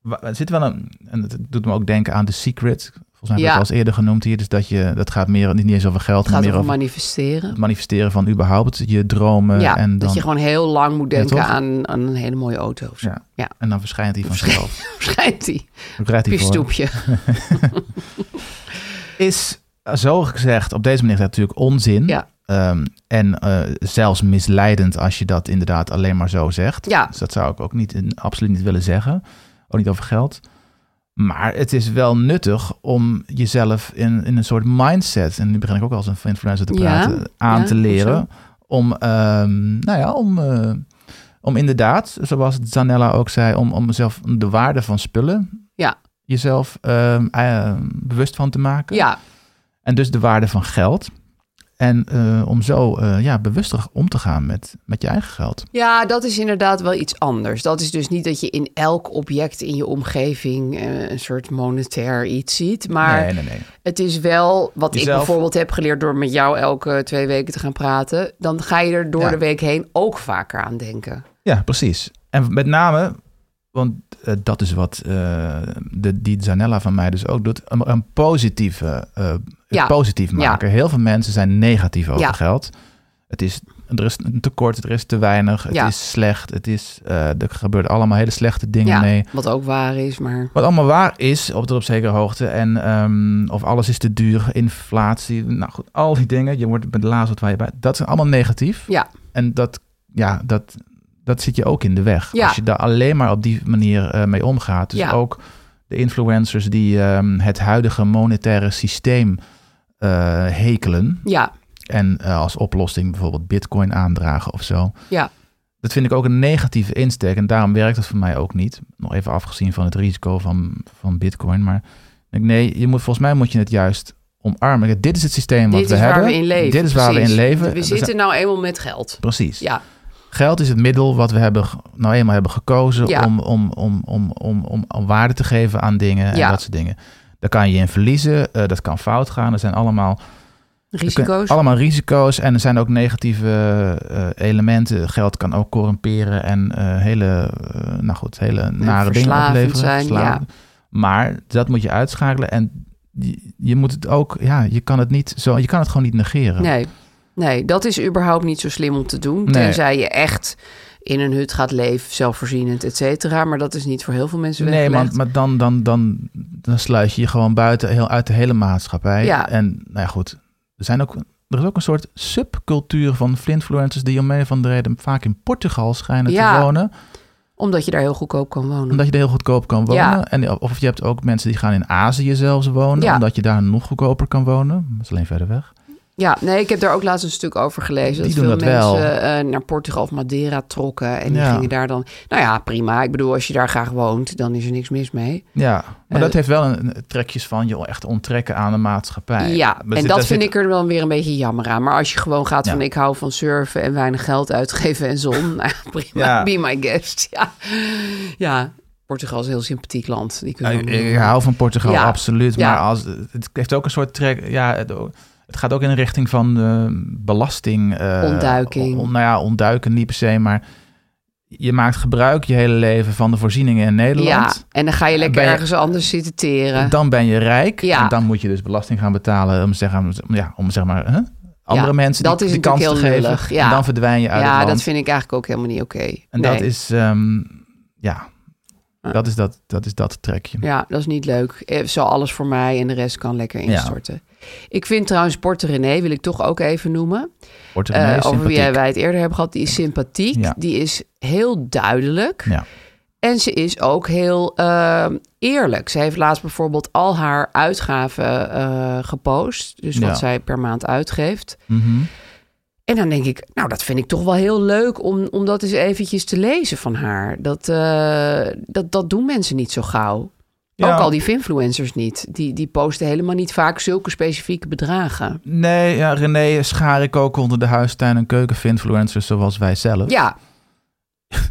wa- er zit wel een. En het doet me ook denken aan The Secret. Volgens mij heb ik
Ja.
het al eens eerder genoemd hier. Dus dat je. Dat gaat meer, niet eens over geld.
Het gaat
maar meer
over
over
manifesteren.
het manifesteren van überhaupt je dromen.
ja,
en dan,
dat je gewoon heel lang moet
Ja,
denken
toch?
aan, aan een hele mooie auto. of zo.
Ja.
ja.
En dan verschijnt
<laughs>
die vanzelf.
Schijnt die.
Dan krijgt hij
Op je
voor. <laughs>
stoepje.
is eh, zo gezegd op deze manier gezegd natuurlijk onzin. Ehm, en eh, zelfs misleidend als je dat inderdaad alleen maar zo zegt.
Ja.
Dus dat zou ik ook niet, in- absoluut niet willen zeggen. Ook niet over geld. Maar het is wel nuttig om jezelf in, in een soort mindset, en nu begin ik ook als een influencer te
Ja,
praten, aan
ja,
te leren. Om, ehm, nou ja, om, eh, om inderdaad, zoals Zanella ook zei, om, om zelf de waarde van spullen
Ja.
jezelf ehm, eh, bewust van te maken.
Ja.
En dus de waarde van geld. En eh, om zo eh, ja, bewuster om te gaan met, met je eigen geld.
Ja, dat is inderdaad wel iets anders. Dat is dus niet dat je in elk object in je omgeving eh, een soort monetair iets ziet. Maar
Nee, nee, nee.
het is wel wat ik
Jezelf-
bijvoorbeeld heb geleerd door met jou elke twee weken te gaan praten. Dan ga je er door
Ja.
de week heen ook vaker aan denken.
Ja, precies. En met name, want eh, dat is wat eh, de, die Zanella van mij dus ook doet, een, een positieve, eh, het
Ja.
positief
Ja.
maken. Heel veel mensen zijn negatief over
Ja.
geld. Het is, er is een tekort, er is te weinig, het
Ja.
is slecht, het is, eh, er gebeuren allemaal hele slechte dingen
ja,
mee.
wat ook waar is, maar
Wat allemaal waar is, op tot op zekere hoogte. En ehm, of alles is te duur, inflatie, nou goed, al die dingen. Je wordt met de laatste wat waar je bij. Dat zijn allemaal negatief.
Ja.
En dat, ja, dat, dat zit je ook in de weg.
Ja.
Als je daar alleen maar op die manier eh, mee omgaat. Dus
Ja.
ook de influencers die ehm, het huidige monetaire systeem eh, hekelen.
ja,
En eh, als oplossing bijvoorbeeld bitcoin aandragen of zo.
ja,
Dat vind ik ook een negatieve insteek en daarom werkt het voor mij ook niet. Nog even afgezien van het risico van, van Bitcoin. Maar ik denk, nee, je moet, volgens mij moet je het juist omarmen. Kijk, Dit is het systeem wat
dit
we
is
hebben.
waar we in leven.
Dit is waar we in
precies.
leven.
We
Er zijn-
zitten nou eenmaal met geld.
Precies.
Ja,
Geld is het middel wat we hebben, ge- nou eenmaal hebben gekozen
Ja.
om, om, om, om, om, om, om waarde te geven aan dingen en
Ja.
dat soort dingen. Daar kan je in verliezen, eh, dat kan fout gaan. Er zijn allemaal er
risico's.
kunnen Allemaal risico's en er zijn ook negatieve eh, elementen. Geld kan ook corrumperen en eh, hele, eh, nou goed, hele nare dingen
verslavend
opleveren.
zijn,
verslavend. Maar dat moet je uitschakelen en je, je moet het ook, ja, je kan het niet zo, je kan het gewoon niet negeren.
Nee. nee, dat is überhaupt niet zo slim om te doen.
Nee.
Tenzij je echt in een hut gaat leven, zelfvoorzienend, et cetera. Maar dat is niet voor heel veel mensen
Nee,
weggelegd.
maar, maar dan, dan, dan, dan sluit je je gewoon buiten heel, uit de hele maatschappij.
Ja.
En nou ja, goed, er, zijn ook, er is ook een soort subcultuur van flinfluencers die om een of andere reden vaak in Portugal schijnen
Ja.
te wonen.
Omdat je daar heel goedkoop kan wonen.
Omdat je er heel goedkoop kan wonen.
Ja.
En, of je hebt ook mensen die gaan in Azië zelfs wonen.
Ja.
Omdat je daar nog goedkoper kan wonen. Dat is alleen verder weg.
Ja, nee, ik heb daar ook laatst een stuk over gelezen.
Die
dat
doen
veel
dat wel.
mensen eh, naar Portugal of Madeira trokken. En die
Ja.
gingen daar dan... Nou ja, prima. Ik bedoel, als je daar graag woont, dan is er niks mis mee.
Ja, maar
Eh,
dat heeft wel een, een trekjes van je echt onttrekken aan de maatschappij.
ja,
Maar
en
zit-
dat
daar
vind
zit-
ik er dan weer een beetje jammer aan. Maar als je gewoon gaat
Ja.
van ik hou van surfen en weinig geld uitgeven en zon. <laughs> nou ja, prima,
Ja.
be my guest. Ja. ja, Portugal is een heel sympathiek land. Die kunnen
Ik,
we-
Ah, Nou, ik hou van Portugal,
Ja.
absoluut.
Ja.
Maar als, het heeft ook een soort trek... Ja, het, het gaat ook in de richting van eh, belasting. eh,
Ontduiking.
on- nou ja, ontduiken niet per se, maar... je maakt gebruik je hele leven van de voorzieningen in Nederland.
Ja, en dan ga je lekker
Ben je-
ergens anders zitten teren.
Dan ben je rijk
Ja.
en dan moet je dus belasting gaan betalen om, zeg, om- ja, om zeg maar hè, andere
Ja,
mensen
dat
die,
is
die kans
natuurlijk
te
heel
geven.
lullig, ja.
En dan verdwijn je uit
ja,
het land.
dat vind ik eigenlijk ook helemaal niet oké.
En dat
Nee.
is, ehm, ja, dat is dat, dat is dat trekje.
Ja, dat is niet leuk. Eh, Zo alles voor mij en de rest kan lekker
Ja.
instorten. Ik vind trouwens Porter René, wil ik toch ook even noemen.
Porter René
Eh,
is
over wie
sympathiek.
wij het eerder hebben gehad. Die is sympathiek.
Ja.
Die is heel duidelijk.
Ja.
En ze is ook heel eh, eerlijk. Ze heeft laatst bijvoorbeeld al haar uitgaven eh, gepost. Dus wat
Ja.
zij per maand uitgeeft.
Mhm.
En dan denk ik, nou, dat vind ik toch wel heel leuk om, om dat eens eventjes te lezen van haar. Dat, eh, dat, dat doen mensen niet zo gauw.
Ja.
Ook al die influencers niet. Die, die posten helemaal niet vaak zulke specifieke bedragen.
Nee, ja, René schaar ik ook onder de huistuin- en keukenfinfluencers zoals wij zelf.
Ja,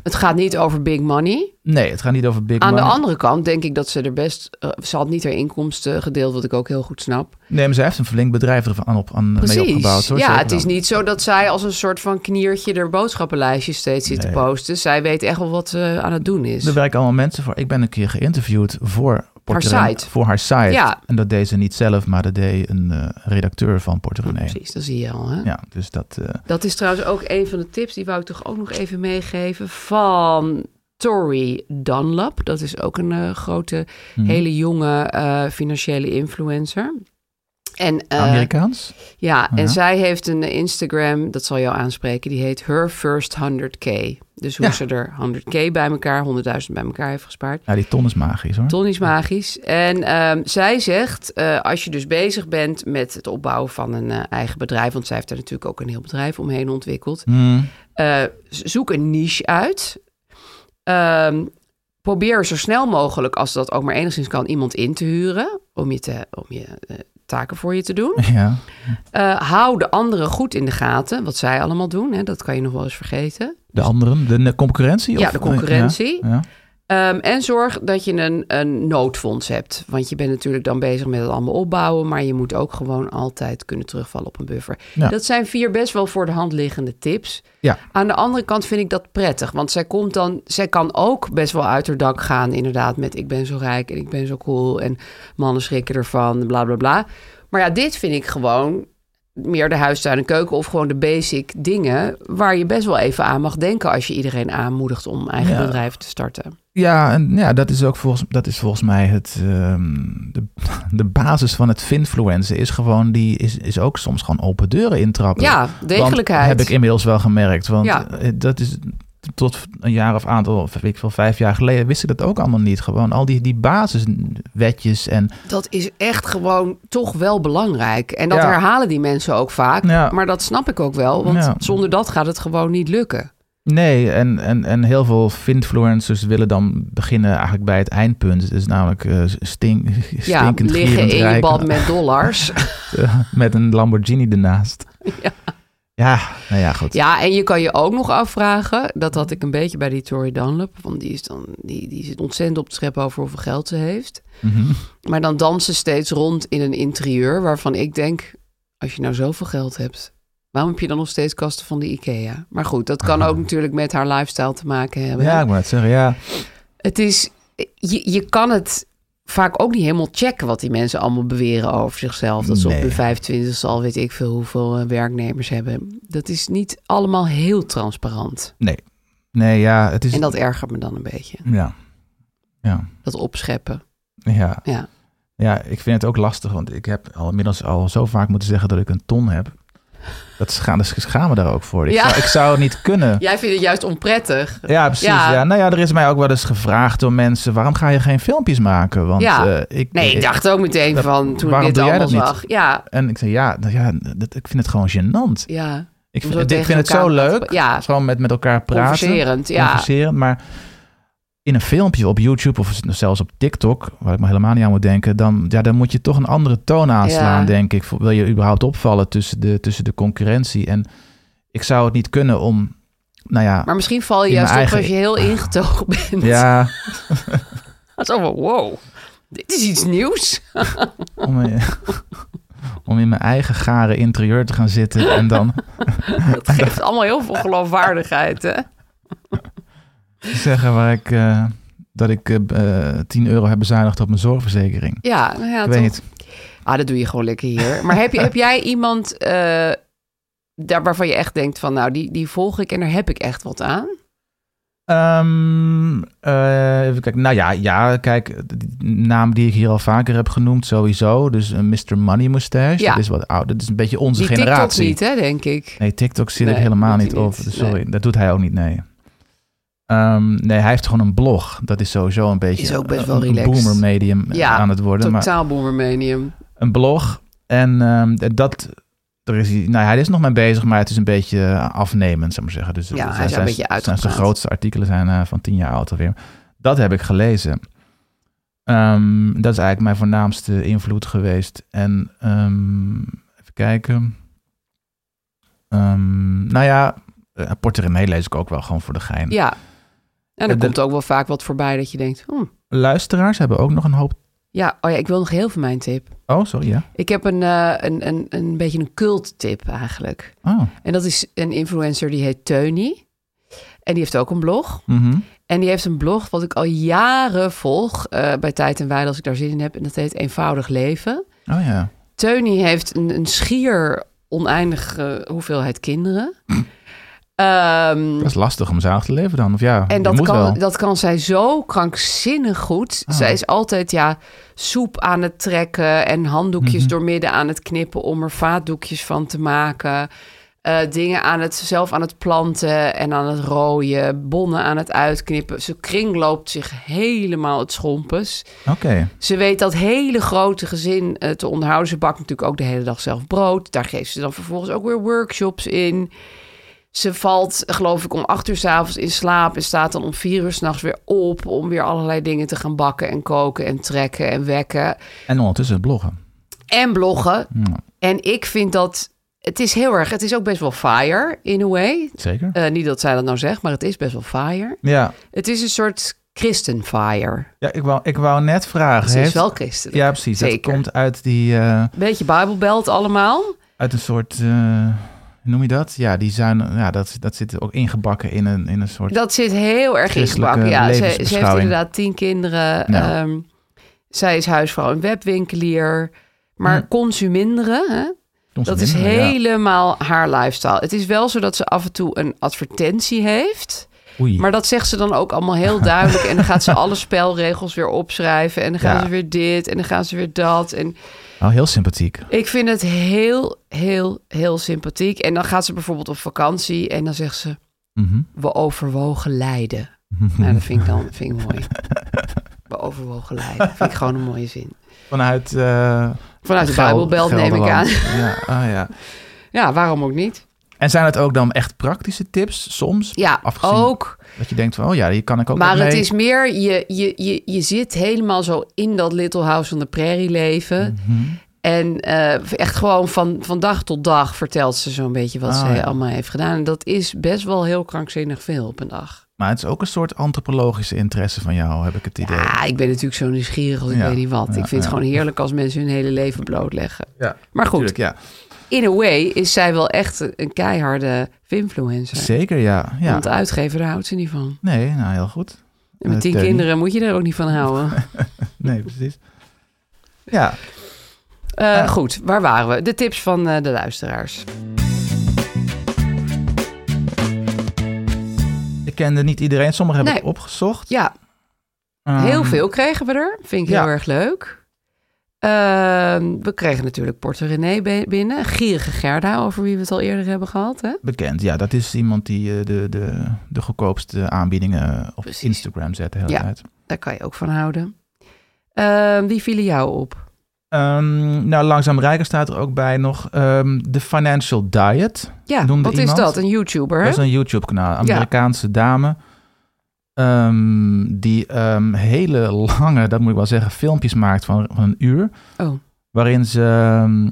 het gaat niet over big money.
Nee, het gaat niet over big
Aan
money.
de andere kant denk ik dat ze er best... eh, ze had niet haar inkomsten gedeeld, wat ik ook heel goed snap.
Nee, maar zij heeft een flink bedrijf er aan, op, aan Nou, mee opgebouwd. Nou, Hoor,
ja,
Zeker
het is
wel.
niet zo dat zij als een soort van kniertje... haar boodschappenlijstje steeds zit te posten. Zij weet echt wel wat ze aan het doen is.
Dus Er werken allemaal mensen voor. Ik ben een keer geïnterviewd voor Porter
Haar
Ren-
site.
Voor haar site.
Ja.
En dat deed ze niet zelf, maar dat deed een eh, redacteur van Porter René.
Precies, dat zie je al. Hè?
Ja, dus dat... eh,
Dat is trouwens ook een van de tips, die wou ik toch ook nog even meegeven, van Tori Dunlap. Dat is ook een eh, grote,
Mhm.
hele jonge eh, financiële influencer. En, eh,
Amerikaans?
Ja,
Ja.
en zij heeft een eh, Instagram, dat zal jou aanspreken, die heet Her First 100k. Dus hoe
Ja.
ze er 100k bij elkaar, 100.000 bij elkaar heeft gespaard.
ja, die ton is magisch hoor.
Ton is magisch. En ehm, zij zegt, eh, als je dus bezig bent met het opbouwen van een eh, eigen bedrijf, want zij heeft er natuurlijk ook een heel bedrijf omheen ontwikkeld,
Hmm.
eh, z- zoek een niche uit. Ehm, probeer zo snel mogelijk, als dat ook maar enigszins kan, iemand in te huren om je, te, om je eh, taken voor je te doen.
Ja.
Eh, hou de anderen goed in de gaten, wat zij allemaal doen, hè, dat kan je nog wel eens vergeten.
De anderen, de ne- concurrentie?
Ja,
of-
de concurrentie.
Ja, ja.
Ehm, en zorg dat je een, een noodfonds hebt. Want je bent natuurlijk dan bezig met het allemaal opbouwen. Maar je moet ook gewoon altijd kunnen terugvallen op een buffer.
Ja.
Dat zijn vier best wel voor de hand liggende tips.
Ja.
Aan de andere kant vind ik dat prettig. Want zij komt dan. Zij kan ook best wel uit haar dak gaan. Inderdaad, met ik ben zo rijk en ik ben zo cool. En mannen schrikken ervan. Bla bla bla. Maar ja, dit vind ik gewoon. Meer de huistuin en keuken of gewoon de basic dingen. waar je best wel even aan mag denken. als je iedereen aanmoedigt om eigen
Ja.
bedrijf te starten.
Ja, en ja, dat is ook volgens, dat is volgens mij het, ehm, de, <laughs> de basis van het finfluenzen is gewoon die is, is ook soms gewoon open deuren intrappen.
Ja, degelijkheid.
Want, heb ik inmiddels wel gemerkt, want
Ja.
eh, dat is tot een jaar of aantal, of weet ik veel, vijf jaar geleden wist ik dat ook allemaal niet. Gewoon al die, die basiswetjes en
Dat is echt gewoon toch wel belangrijk. En dat
Ja.
herhalen die mensen ook vaak.
Ja.
Maar dat snap ik ook wel, want
Ja.
zonder dat gaat het gewoon niet lukken.
Nee, en, en, en heel veel finfluencers willen dan beginnen eigenlijk bij het eindpunt. Het is namelijk eh, stink,
Ja,
stinkend
liggen
gierend
in je
rijk.
bad met dollars. <laughs>
Eh, met een Lamborghini ernaast. Ja, nou ja, goed.
ja, en je kan je ook nog afvragen, dat had ik een beetje bij die Tory Dunlop, want die, is dan, die, die zit ontzettend op te scheppen over hoeveel geld ze heeft.
Mhm.
Maar dan dansen ze steeds rond in een interieur waarvan ik denk, als je nou zoveel geld hebt, waarom heb je dan nog steeds kasten van de IKEA? Maar goed, dat kan
<laughs>
ook natuurlijk met haar lifestyle te maken hebben.
Ja, ik moet het zeggen, ja.
Het is, je, je kan het vaak ook niet helemaal checken wat die mensen allemaal beweren over zichzelf. Dat ze op
Nee.
hun 25 al weet ik veel hoeveel eh, werknemers hebben. Dat is niet allemaal heel transparant.
Nee. Nee, ja, het is...
En dat ergert me dan een beetje.
Ja. Ja.
Dat opscheppen.
Ja.
Ja.
Ja, ik vind het ook lastig, want ik heb al inmiddels al zo vaak moeten zeggen dat ik een ton heb. Dat scha dus ik schaam me daar ook voor. Ik,
Ja.
zou, ik zou het niet
<laughs>
kunnen.
Jij vindt het juist onprettig.
Ja, precies. Ja. Nou ja, er is mij ook wel eens gevraagd door mensen: waarom ga je geen filmpjes maken? Want
Ja.
eh, ik,
nee, ik dacht ook meteen
dat-
van toen ik
waarom
dit
doe jij
allemaal
dat niet?
zag. Ja,
En ik zei: ja, nou ja dat, ik vind het gewoon gênant.
ja.
Ik
Om
vind,
zo
ik
tegen
vind het zo
elkaar aan te
leuk.
pra- ja.
Gewoon met, met elkaar praten.
Converserend, ja.
Converserend, maar in een filmpje op YouTube of zelfs op TikTok, waar ik me helemaal niet aan moet denken, dan, ja, dan moet je toch een andere toon aanslaan,
Ja.
denk ik. Voor- Wil je überhaupt opvallen tussen de, tussen de concurrentie? En ik zou het niet kunnen om, nou ja.
Maar misschien val je
in mijn
juist
eigen-
op als je heel ingetogen bent.
Ja,
<laughs> Zo van, wow, dit is iets nieuws.
om, in- <laughs> om in mijn eigen gare interieur te gaan zitten en dan...
Dat geeft allemaal heel veel geloofwaardigheid, hè?
zeggen waar ik, eh, dat ik eh, eh, 10 euro heb bezuinigd op mijn zorgverzekering.
Ja, nou ja,
ik weet
toch.
het.
Ah, dat doe je gewoon lekker hier. Maar heb, je, heb jij iemand eh, daar waarvan je echt denkt van... nou, die, die volg ik en daar heb ik echt wat aan?
Ehm, eh, even kijken. Nou ja, ja, kijk, de die naam die ik hier al vaker heb genoemd, sowieso. Dus een Mr. Money Mustache.
Ja.
Dat is wat oud. Dat is een beetje onze
die TikTok
generatie.
niet, hè, denk ik.
Nee, TikTok zit
Nee,
ik helemaal
doet hij
niet op.
niet.
Dus sorry, dat doet hij ook niet, nee. Ehm, nee, hij heeft gewoon een blog. Dat is sowieso een beetje
Is ook best
een-
wel
een,
relaxed.
boomer medium
Ja,
aan het worden. maar- Mm.
Totaal boomermanium.
een blog. En ehm, dat, er is, hij- nou, hij is nog mee bezig, maar het is een beetje eh, afnemend, zou ik maar zeggen. Dus dat
Ja, hij is
zijn-
een
zijn-
beetje
zijn- Zijn
uitgepraat.
grootste artikelen zijn eh, van tien jaar oud alweer. Dat heb ik gelezen. Ehm, dat is eigenlijk mijn voornaamste invloed geweest. En ehm, even kijken. Ehm, nou ja, eh, Portemonnee lees ik ook wel gewoon voor de gein.
Ja. En er
Eh, de-
komt ook wel vaak wat voorbij dat je denkt... hm,
Luisteraars hebben ook nog een hoop...
ja, oh ja, ik wil nog heel veel mijn tip.
Oh, sorry, ja.
Ik heb een, eh, een, een, een beetje een cult tip eigenlijk.
Oh.
En dat is een influencer die heet Teuny. En die heeft ook een blog.
Mhm.
En die heeft een blog wat ik al jaren volg eh, bij Tijd en Weide als ik daar zin in heb. En dat heet Eenvoudig Leven.
Oh ja.
Teuny heeft een, een schier oneindige hoeveelheid kinderen. Ehm,
Dat is lastig om zalig te leven dan. Of ja, je
en dat
moet wel.
kan, dat kan zij zo krankzinnig goed.
Ah.
Zij is altijd ja, soep aan het trekken en handdoekjes
Mhm.
doormidden aan het knippen om er vaatdoekjes van te maken. Eh, dingen aan het, zelf aan het planten en aan het rooien. Bonnen aan het uitknippen. Ze kringloopt zich helemaal het schompes.
Oké.
Ze weet dat hele grote gezin eh, te onderhouden. Ze bakt natuurlijk ook de hele dag zelf brood. Daar geeft ze dan vervolgens ook weer workshops in. Ze valt, geloof ik, om acht uur 's avonds in slaap en staat dan om vier uur s'nachts weer op om weer allerlei dingen te gaan bakken en koken en trekken en wekken
En ondertussen bloggen.
en bloggen.
Ja,
En ik vind dat het is heel erg, het is ook best wel fire in a way.
zeker.
Eh, niet dat zij dat nou zegt, maar het is best wel fire.
Ja,
Het is een soort christenfire.
ja ik, wou, ik wou net vragen.
Ze is
heeft-
wel christelijk.
Ja, precies. Het
Zeker.
komt uit, die, eh,
Beetje Bijbelbelt allemaal.
uit een soort... eh, hoe noem je dat? Ja, die zuin, ja dat, dat zit ook ingebakken in een, in een soort...
Dat zit heel erg
Christelijke
ingebakken. Ja, ze, ze heeft
levensbeschouwing.
inderdaad tien kinderen.
Ja.
Ehm, zij is huisvrouw en webwinkelier. Maar consuminderen, hè? dat is
Consuminderen, ja.
helemaal haar lifestyle. Het is wel zo dat ze af en toe een advertentie heeft.
Oei.
Maar dat zegt ze dan ook allemaal
<laughs>
heel duidelijk. En dan gaat ze alle spelregels weer opschrijven. En dan gaan
Ja.
ze weer dit. En dan gaan ze weer dat. En
Oh, heel sympathiek.
ik vind het heel, heel, heel sympathiek. En dan gaat ze bijvoorbeeld op vakantie. En dan zegt ze:
Mhm.
We
<laughs>
overwogen lijden. Nou, dat vind ik dan vind ik mooi. We overwogen lijden. Vind ik gewoon een mooie zin.
Vanuit... eh,
Vanuit de
Gel-
Bijbelbelt neem ik aan.
Gelderland. Ja, oh ja.
Ja, waarom ook niet?
En zijn het ook dan echt praktische tips soms?
Ja,
Afgezien
ook.
Dat je denkt van, oh ja, hier kan ik ook
Maar
wat
het
mee.
is meer, je, je, je, je zit helemaal zo in dat Little House on the Prairie leven.
Mhm.
En eh, echt gewoon van, van dag tot dag vertelt ze zo'n beetje wat
Ah,
ze
ja.
allemaal heeft gedaan. En dat is best wel heel krankzinnig veel op een dag.
Maar het is ook een soort antropologische interesse van jou, heb ik het idee.
Ah, ik ben natuurlijk zo nieuwsgierig als ik
Ja,
weet niet wat.
ja,
ik vind
ja.
het gewoon heerlijk als mensen hun hele leven blootleggen.
Ja,
maar goed.
tuurlijk, ja.
In a way is zij wel echt een- een keiharde influencer.
Zeker, ja. ja.
Want de uitgever daar houdt ze niet van.
Nee, nou heel goed.
En met
Eh,
tien
Teun.
kinderen moet je er ook niet van
<laughs>
houden.
Nee, precies. Ja,
Eh, goed, waar waren we? De tips van eh, de luisteraars.
ik kende niet iedereen. Sommigen heb
Nee.
ik opgezocht.
Ja,
Ehm,
heel veel kregen we er. Vind ik
ja.
heel erg leuk. Ehm, we kregen natuurlijk Porter René be- binnen. Gierige Gerda, over wie we het al eerder hebben gehad. Hè?
Bekend, ja. Dat is iemand die eh, de, de, de goedkoopste aanbiedingen op
Precies.
Instagram zet de hele
Ja.
tijd.
Daar kan je ook van houden. Ehm, wie vielen jou op?
Ehm, nou, Langzaam Rijker staat er ook bij nog. Ehm, de Financial Diet.
Ja,
noemde
wat
iemand.
is dat? Een YouTuber, hè?
Dat is een YouTube-kanaal. Amerikaanse dame. ehm, die ehm, hele lange, dat moet ik wel zeggen, filmpjes maakt van, van een uur.
Oh.
Waarin ze ehm,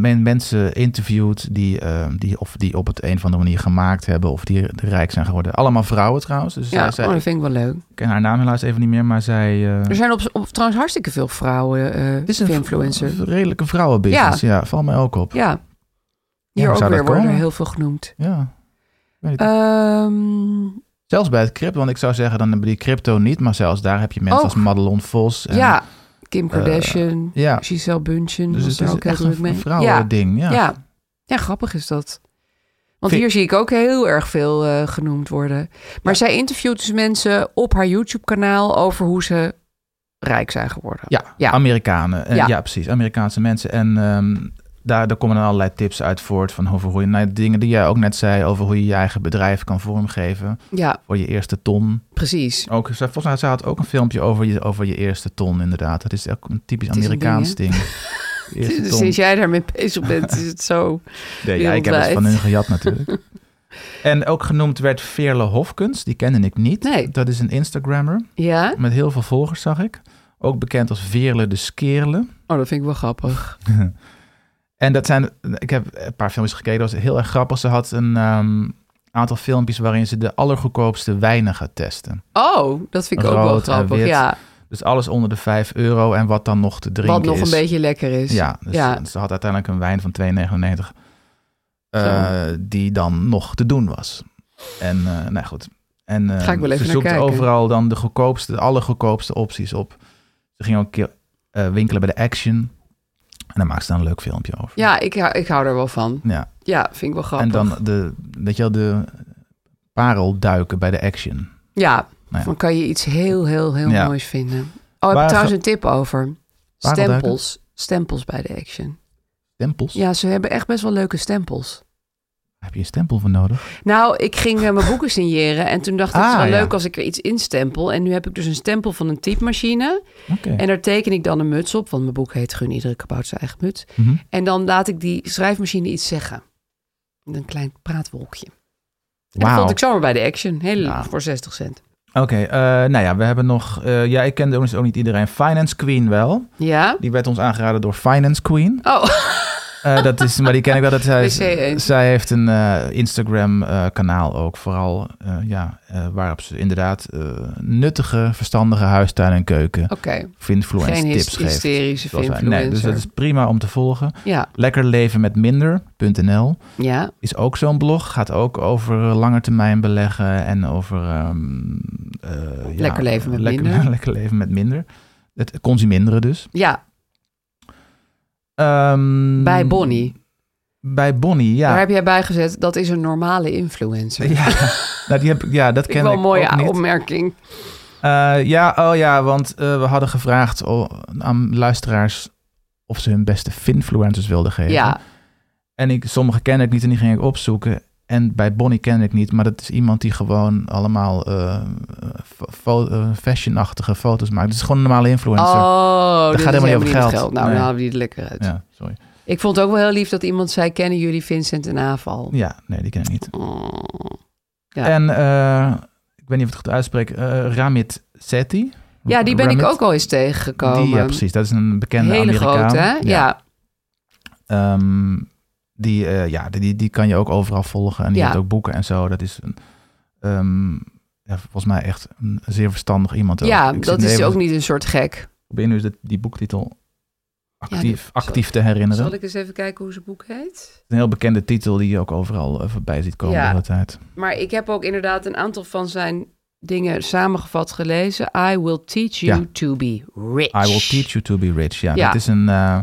men, mensen interviewt die, ehm, die, of die op het een of andere manier gemaakt hebben. Of die rijk zijn geworden. Allemaal vrouwen trouwens. Dus
ja,
zij, zij-
oh, dat vind ik wel leuk.
ik ken haar naam helaas even niet meer, maar zij... eh,
Er zijn op, op- trouwens hartstikke veel vrouwen eh
het is een
influencer.
v- redelijke vrouwenbusiness. Ja. valt mij ook op.
Ja. Hier
hoe
ook
zou
weer
dat
worden er
komen?
heel veel genoemd.
Ja. Weet het.
Ehm,
Zelfs bij het crypto, want ik zou zeggen dan bij die crypto niet, maar zelfs daar heb je mensen
Ook.
als Madelon Vos. En,
ja, Kim
eh,
Kardashian,
ja.
Giselle Bundchen.
Dus
was
het
daar
is
ook heel
echt
druk
een
mee.
vrouwending, ja.
ja. Ja, grappig is dat. Want
Vind-
hier zie ik ook heel erg veel eh, genoemd worden. Maar zij interviewt dus mensen op haar YouTube-kanaal over hoe ze rijk zijn geworden.
Ja, Amerikanen. Eh,
Ja.
ja. precies. Amerikaanse mensen. En ehm, daar, daar komen dan allerlei tips uit voort. Van over hoe je, nou, dingen die jij ook net zei, over hoe je je eigen bedrijf kan vormgeven.
Ja.
Voor je eerste ton.
Precies.
Ook, zij- volgens mij zij had ook een filmpje over je, over je eerste ton, inderdaad. Dat is ook een typisch
Het is een
Amerikaans
ding,
ding. De
<laughs>
eerste
Dus
ton.
sinds jij daarmee bezig bent, is het
<laughs>
zo.
Nee, ja, ik heb het
wereldwijd.
van hun gejat
<laughs>
natuurlijk. en ook genoemd werd Veerle Hofkens. Die kende ik niet. Dat is een Instagrammer.
Ja?
Met heel veel volgers, zag ik. Ook bekend als Veerle de Skeerle.
Oh, dat vind ik wel grappig.
en dat zijn... Ik heb een paar filmpjes gekeken. Dat was heel erg grappig. Ze had een ehm, aantal filmpjes waarin ze de allergoedkoopste wijnen gaat testen.
Oh, dat vind ik ook wel
Rood en
grappig.
wit.
Ja.
Dus alles onder de 5 euro en wat dan nog te drinken
Wat nog
is.
een beetje lekker is.
Ja, dus
Ja.
ze had uiteindelijk een wijn van 2,99 eh, die dan nog te doen was. En eh nou goed. En, eh,
Ga ik wel even
ze
naar
zoekt
kijken.
overal dan de goedkoopste, de allergoedkoopste opties op. Ze ging ook een keer eh, winkelen bij de Action. En daar maakte ze dan een leuk filmpje over.
Ja, ik, hou- ik hou er wel van.
Ja.
Ja, vind ik wel grappig.
En dan de, weet je wel, de parelduiken bij de Action.
Ja,
Nou ja.
dan kan je iets heel, heel, heel
Ja.
moois vinden. Oh, heb
Waar
ik trouwens
ge-
een tip over.
Waar wel
Stempels. Stempels bij de Action.
Stempels?
Ja, ze hebben echt best wel leuke stempels.
Heb je een stempel voor nodig?
Nou, ik ging eh, mijn boeken signeren en toen dacht ik, het is
Ah,
wel
ja.
leuk als ik er iets instempel. En nu heb ik dus een stempel van een typemachine.
Oké.
En daar teken ik dan een muts op, want mijn boek heet Gun iedere kabouter zijn eigen muts.
Mhm.
En dan laat ik die schrijfmachine iets zeggen. Met Een klein praatwolkje. En dat
Wauw.
vond ik zomaar bij de Action. Heel voor 60 cent.
Oké, eh, nou ja, we hebben nog... eh, ja, ik kende overigens ook niet iedereen. Finance Queen wel.
Ja?
Die werd ons aangeraden door Finance Queen.
Oh, <laughs>
Eh, dat is, maar die ken ik wel. Dat zij,
WC1.
zij heeft een eh, Instagram-kanaal ook, vooral eh, ja, eh, waarop ze inderdaad eh, nuttige, verstandige huistuin en keuken
Oké.
voor influence
Geen hys-
tips geeft.
hysterische
Zoals wij- Nee, dus
influencer.
dat is prima om te volgen.
Ja.
Lekker leven met minder.nl
Ja.
is ook zo'n blog. Gaat ook over eh, lange termijn beleggen en over ehm, eh, ja,
Lekker leven met
lekker- <laughs>
minder.
lekker leven met minder. Het consuminderen dus.
ja.
Ehm,
Bij Bonnie.
Bij Bonnie, ja.
Daar
<laughs>
heb jij bij gezet, dat is een normale influencer.
Ja, nou, die heb, ik- ja dat
Vind
ken
ik wel
ik
een mooie
ook niet.
opmerking.
Eh, ja, oh ja, want eh, we hadden gevraagd o- aan luisteraars of ze hun beste finfluencers wilden geven.
Ja.
En ik, sommige ken ik niet en die ging ik opzoeken. En bij Bonnie ken ik niet, maar dat is iemand die gewoon allemaal eh, fo- fo- eh, fashionachtige foto's maakt. Het is gewoon een normale influencer.
Oh,
dat
dit
gaat
is
helemaal niet over geld.
het Nou,
Nee.
dan halen we die er lekker uit.
Ja, sorry.
Ik vond het ook wel heel lief dat iemand zei, kennen jullie Vincent en Aval?
Ja, nee, die ken ik niet.
Ja.
En eh, ik weet niet of ik het goed uitspreek. eh, Ramit Sethi.
Ja, die ben ik
Ramit.
ook al eens tegengekomen.
Die, ja, precies. Dat is een bekende
Hele
Amerikaan.
grote, hè? Ja.
Ehm, die, eh, ja, die, die kan je ook overal volgen. En die
Ja.
heeft ook boeken en zo. Dat is een, ehm, ja, volgens mij echt een zeer verstandig iemand. ook.
Ja,
Ik zit
dat
nu
is
even-
ook niet een soort gek.
probeer nu eens dat- die boektitel
die-
actief, actief te herinneren.
Zal ik eens even kijken hoe zijn boek heet?
Een heel bekende titel die je ook overal eh, voorbij ziet komen
Ja.
de hele tijd.
Maar ik heb ook inderdaad een aantal van zijn dingen samengevat gelezen. I will teach you
Ja.
to be rich.
I will teach you to be rich. Ja,
Ja.
dat is een eh,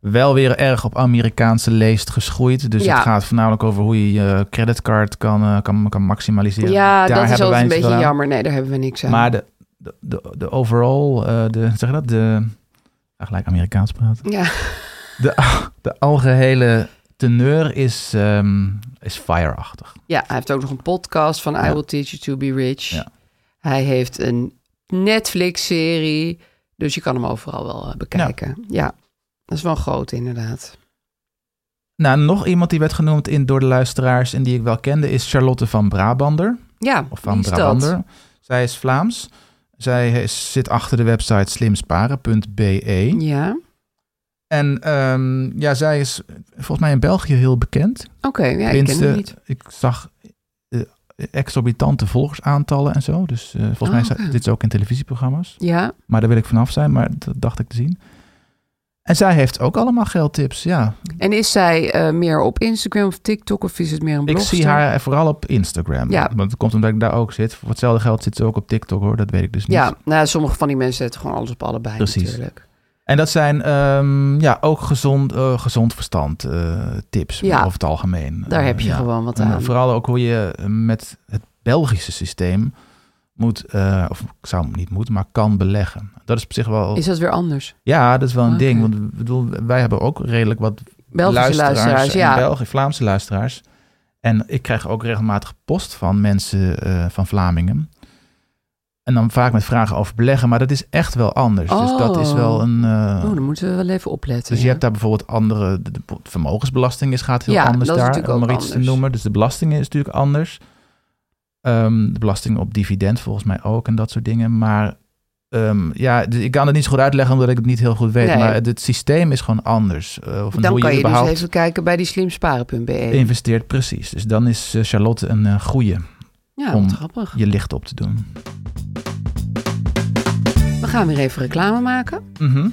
wel weer erg op Amerikaanse leest geschoeid. Dus
Ja.
het gaat voornamelijk over hoe je je creditcard kan, eh, kan, kan maximaliseren.
Ja,
Daar
dat
hebben
is
wij
altijd een
niet
beetje
veel aan.
jammer. Nee, daar hebben we niks aan.
Maar de, de, de, de overall, eh, de, zeg je dat? De, ga gelijk Amerikaans praten.
Ja.
De, de algehele teneur is, ehm, is fireachtig.
Ja, hij heeft ook nog een podcast van I Will Teach You To Be Rich. Hij heeft een Netflix-serie. Dus je kan hem overal wel eh, bekijken. Ja. dat is wel groot inderdaad.
Nou, nog iemand die werd genoemd in, door de luisteraars en die ik wel kende is Charlotte van Brabander.
Ja,
Of van
wie is dat?
Brabander. Zij is Vlaams. Zij is, zit achter de website slimsparen.be.
Ja.
En ehm, ja, zij is volgens mij in België heel bekend.
Oké, ja, ik ken
Tenminste,
hem niet.
Ik zag eh, exorbitante volgersaantallen en zo. Dus eh, volgens
Oh,
mij is
oké.
dit is ook in televisieprogramma's.
Ja.
Maar daar wil ik vanaf zijn, maar dat dacht ik te zien. En zij heeft ook allemaal geldtips, ja.
En is zij eh, meer op Instagram of TikTok of is het meer
Ik
een blogster?
zie haar vooral op Instagram.
Ja.
Want het komt omdat ik daar ook zit. Voor hetzelfde geld zit ze ook op TikTok hoor, dat weet ik dus niet.
Ja, nou, sommige van die mensen zetten gewoon alles op allebei
Precies.
natuurlijk.
En dat zijn ehm, ja, ook gezond, eh, gezond verstand eh, tips
Ja.
over het algemeen.
Daar
Eh,
heb je
ja.
gewoon wat
En
aan.
Vooral ook hoe je eh, met het Belgische systeem moet, eh, of ik zou hem niet moeten, maar kan beleggen. Dat is op zich wel...
Is dat weer anders?
Ja, dat is wel een
Oké.
ding. Want ik bedoel, wij hebben ook redelijk wat
Belgische luisteraars,
en
ja.
Belgische, Vlaamse luisteraars. En ik krijg ook regelmatig post van mensen eh, van Vlamingen. En dan vaak met vragen over beleggen, maar dat is echt wel anders. Dus dat is wel een. eh,
Oh, dan moeten we wel even opletten.
dus je hebt daar bijvoorbeeld andere. De, de vermogensbelasting is, gaat heel
Ja,
anders
dat is
daar.
natuurlijk
om
ook
maar iets
anders.
te noemen. Dus de belasting is natuurlijk anders. Ehm, de belasting op dividend volgens mij ook en dat soort dingen. Maar ehm, ja, dus ik kan het niet zo goed uitleggen omdat ik het niet heel goed weet.
Nee.
Maar het, het systeem is gewoon anders. Eh, of
dan
hoe
kan je,
überhaupt
dus even kijken bij die E. slimsparen.be.
investeert, precies. Dus dan is eh, Charlotte een eh goede
Ja,
om
wat grappig.
je licht op te doen.
We gaan weer even reclame maken.
Mhm.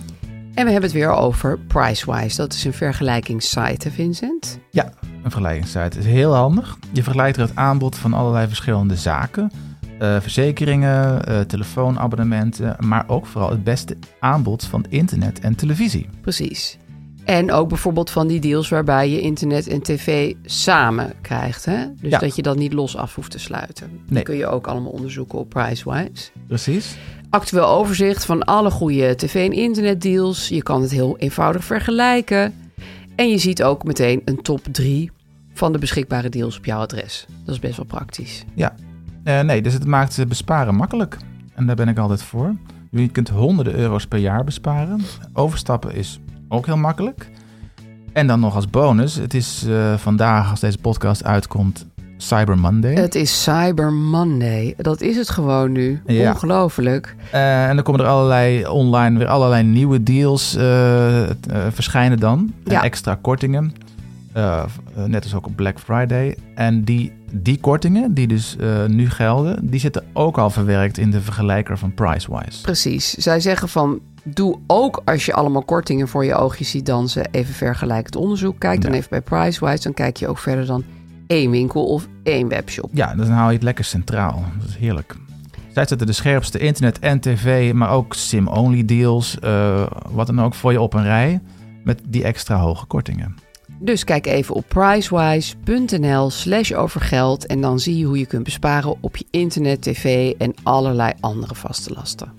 En we hebben het weer over Pricewise. Dat is een vergelijkingssite, hè, Vincent?
Ja, een vergelijkingssite is heel handig. Je vergelijkt er het aanbod van allerlei verschillende zaken. Eh, verzekeringen, eh, telefoonabonnementen, maar ook vooral het beste aanbod van internet en televisie.
Precies. En ook bijvoorbeeld van die deals waarbij je internet en tv samen krijgt. Hè? Dus
Ja.
dat je dat niet los af hoeft te sluiten. Dat
Nee.
kun je ook allemaal onderzoeken op Pricewise.
Precies.
Actueel overzicht van alle goede tv- en internetdeals. Je kan het heel eenvoudig vergelijken. En je ziet ook meteen een top 3 van de beschikbare deals op jouw adres. Dat is best wel praktisch.
Ja, Eh, nee, dus het maakt eh, besparen makkelijk. En daar ben ik altijd voor. Je kunt honderden euro's per jaar besparen. Overstappen is ook heel makkelijk. En dan nog als bonus, het is eh, vandaag, als deze podcast uitkomt, Cyber Monday.
Het is Cyber Monday. Dat is het gewoon nu.
Ja.
Ongelooflijk.
Eh, en dan komen er allerlei online weer allerlei nieuwe deals eh, het, eh, verschijnen dan.
Ja.
En extra kortingen. Eh, v- eh, net als ook op Black Friday. En die, die kortingen, die dus eh, nu gelden, die zitten ook al verwerkt in de vergelijker van Pricewise.
Precies. Zij zeggen van... Doe ook als je allemaal kortingen voor je oogjes ziet dansen... even vergelijkend onderzoek. Kijk dan
Ja.
even bij Pricewise. Dan kijk je ook verder dan één winkel of één webshop.
Ja, dus dan hou je het lekker centraal. Dat is heerlijk. Zij zetten de scherpste internet en tv, maar ook sim-only deals, eh, wat dan ook, voor je op een rij. Met die extra hoge kortingen.
Dus kijk even op pricewise.nl slash overgeld... en dan zie je hoe je kunt besparen op je internet, tv en allerlei andere vaste lasten.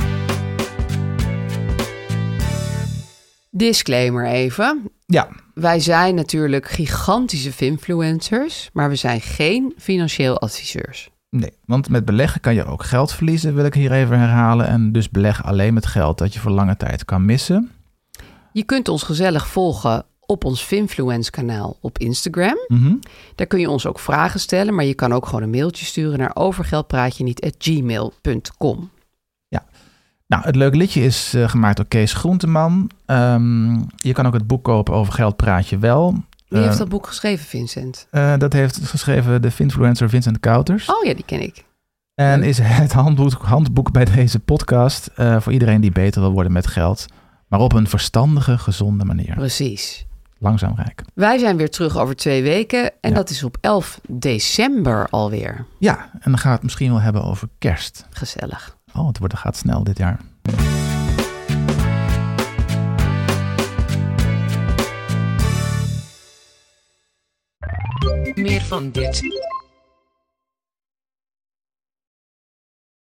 Disclaimer even.
Ja,
Wij zijn natuurlijk gigantische finfluencers... maar we zijn geen financieel adviseurs.
Nee, want met beleggen kan je ook geld verliezen, wil ik hier even herhalen. En dus beleg alleen met geld dat je voor lange tijd kan missen.
Je kunt ons gezellig volgen op ons Finfluence kanaal op Instagram.
Mhm.
Daar kun je ons ook vragen stellen... maar je kan ook gewoon een mailtje sturen naar overgeldpraatjeniet@gmail.com.
Nou, het leuke liedje is eh, gemaakt door Kees Groenteman. Ehm, je kan ook het boek kopen over geld praat je wel.
Wie heeft
Eh,
dat boek geschreven, Vincent?
eh, dat heeft geschreven de influencer Vincent Kouters.
Oh ja, die ken ik.
En is het handboek, handboek bij deze podcast eh, voor iedereen die beter wil worden met geld. Maar op een verstandige, gezonde manier.
Precies.
Langzaam rijk.
Wij zijn weer terug over twee weken en
Ja.
dat is op 11 december alweer.
Ja, en dan gaan we het misschien wel hebben over kerst.
Gezellig.
Oh, het wordt, gaat snel dit jaar.
Meer van dit.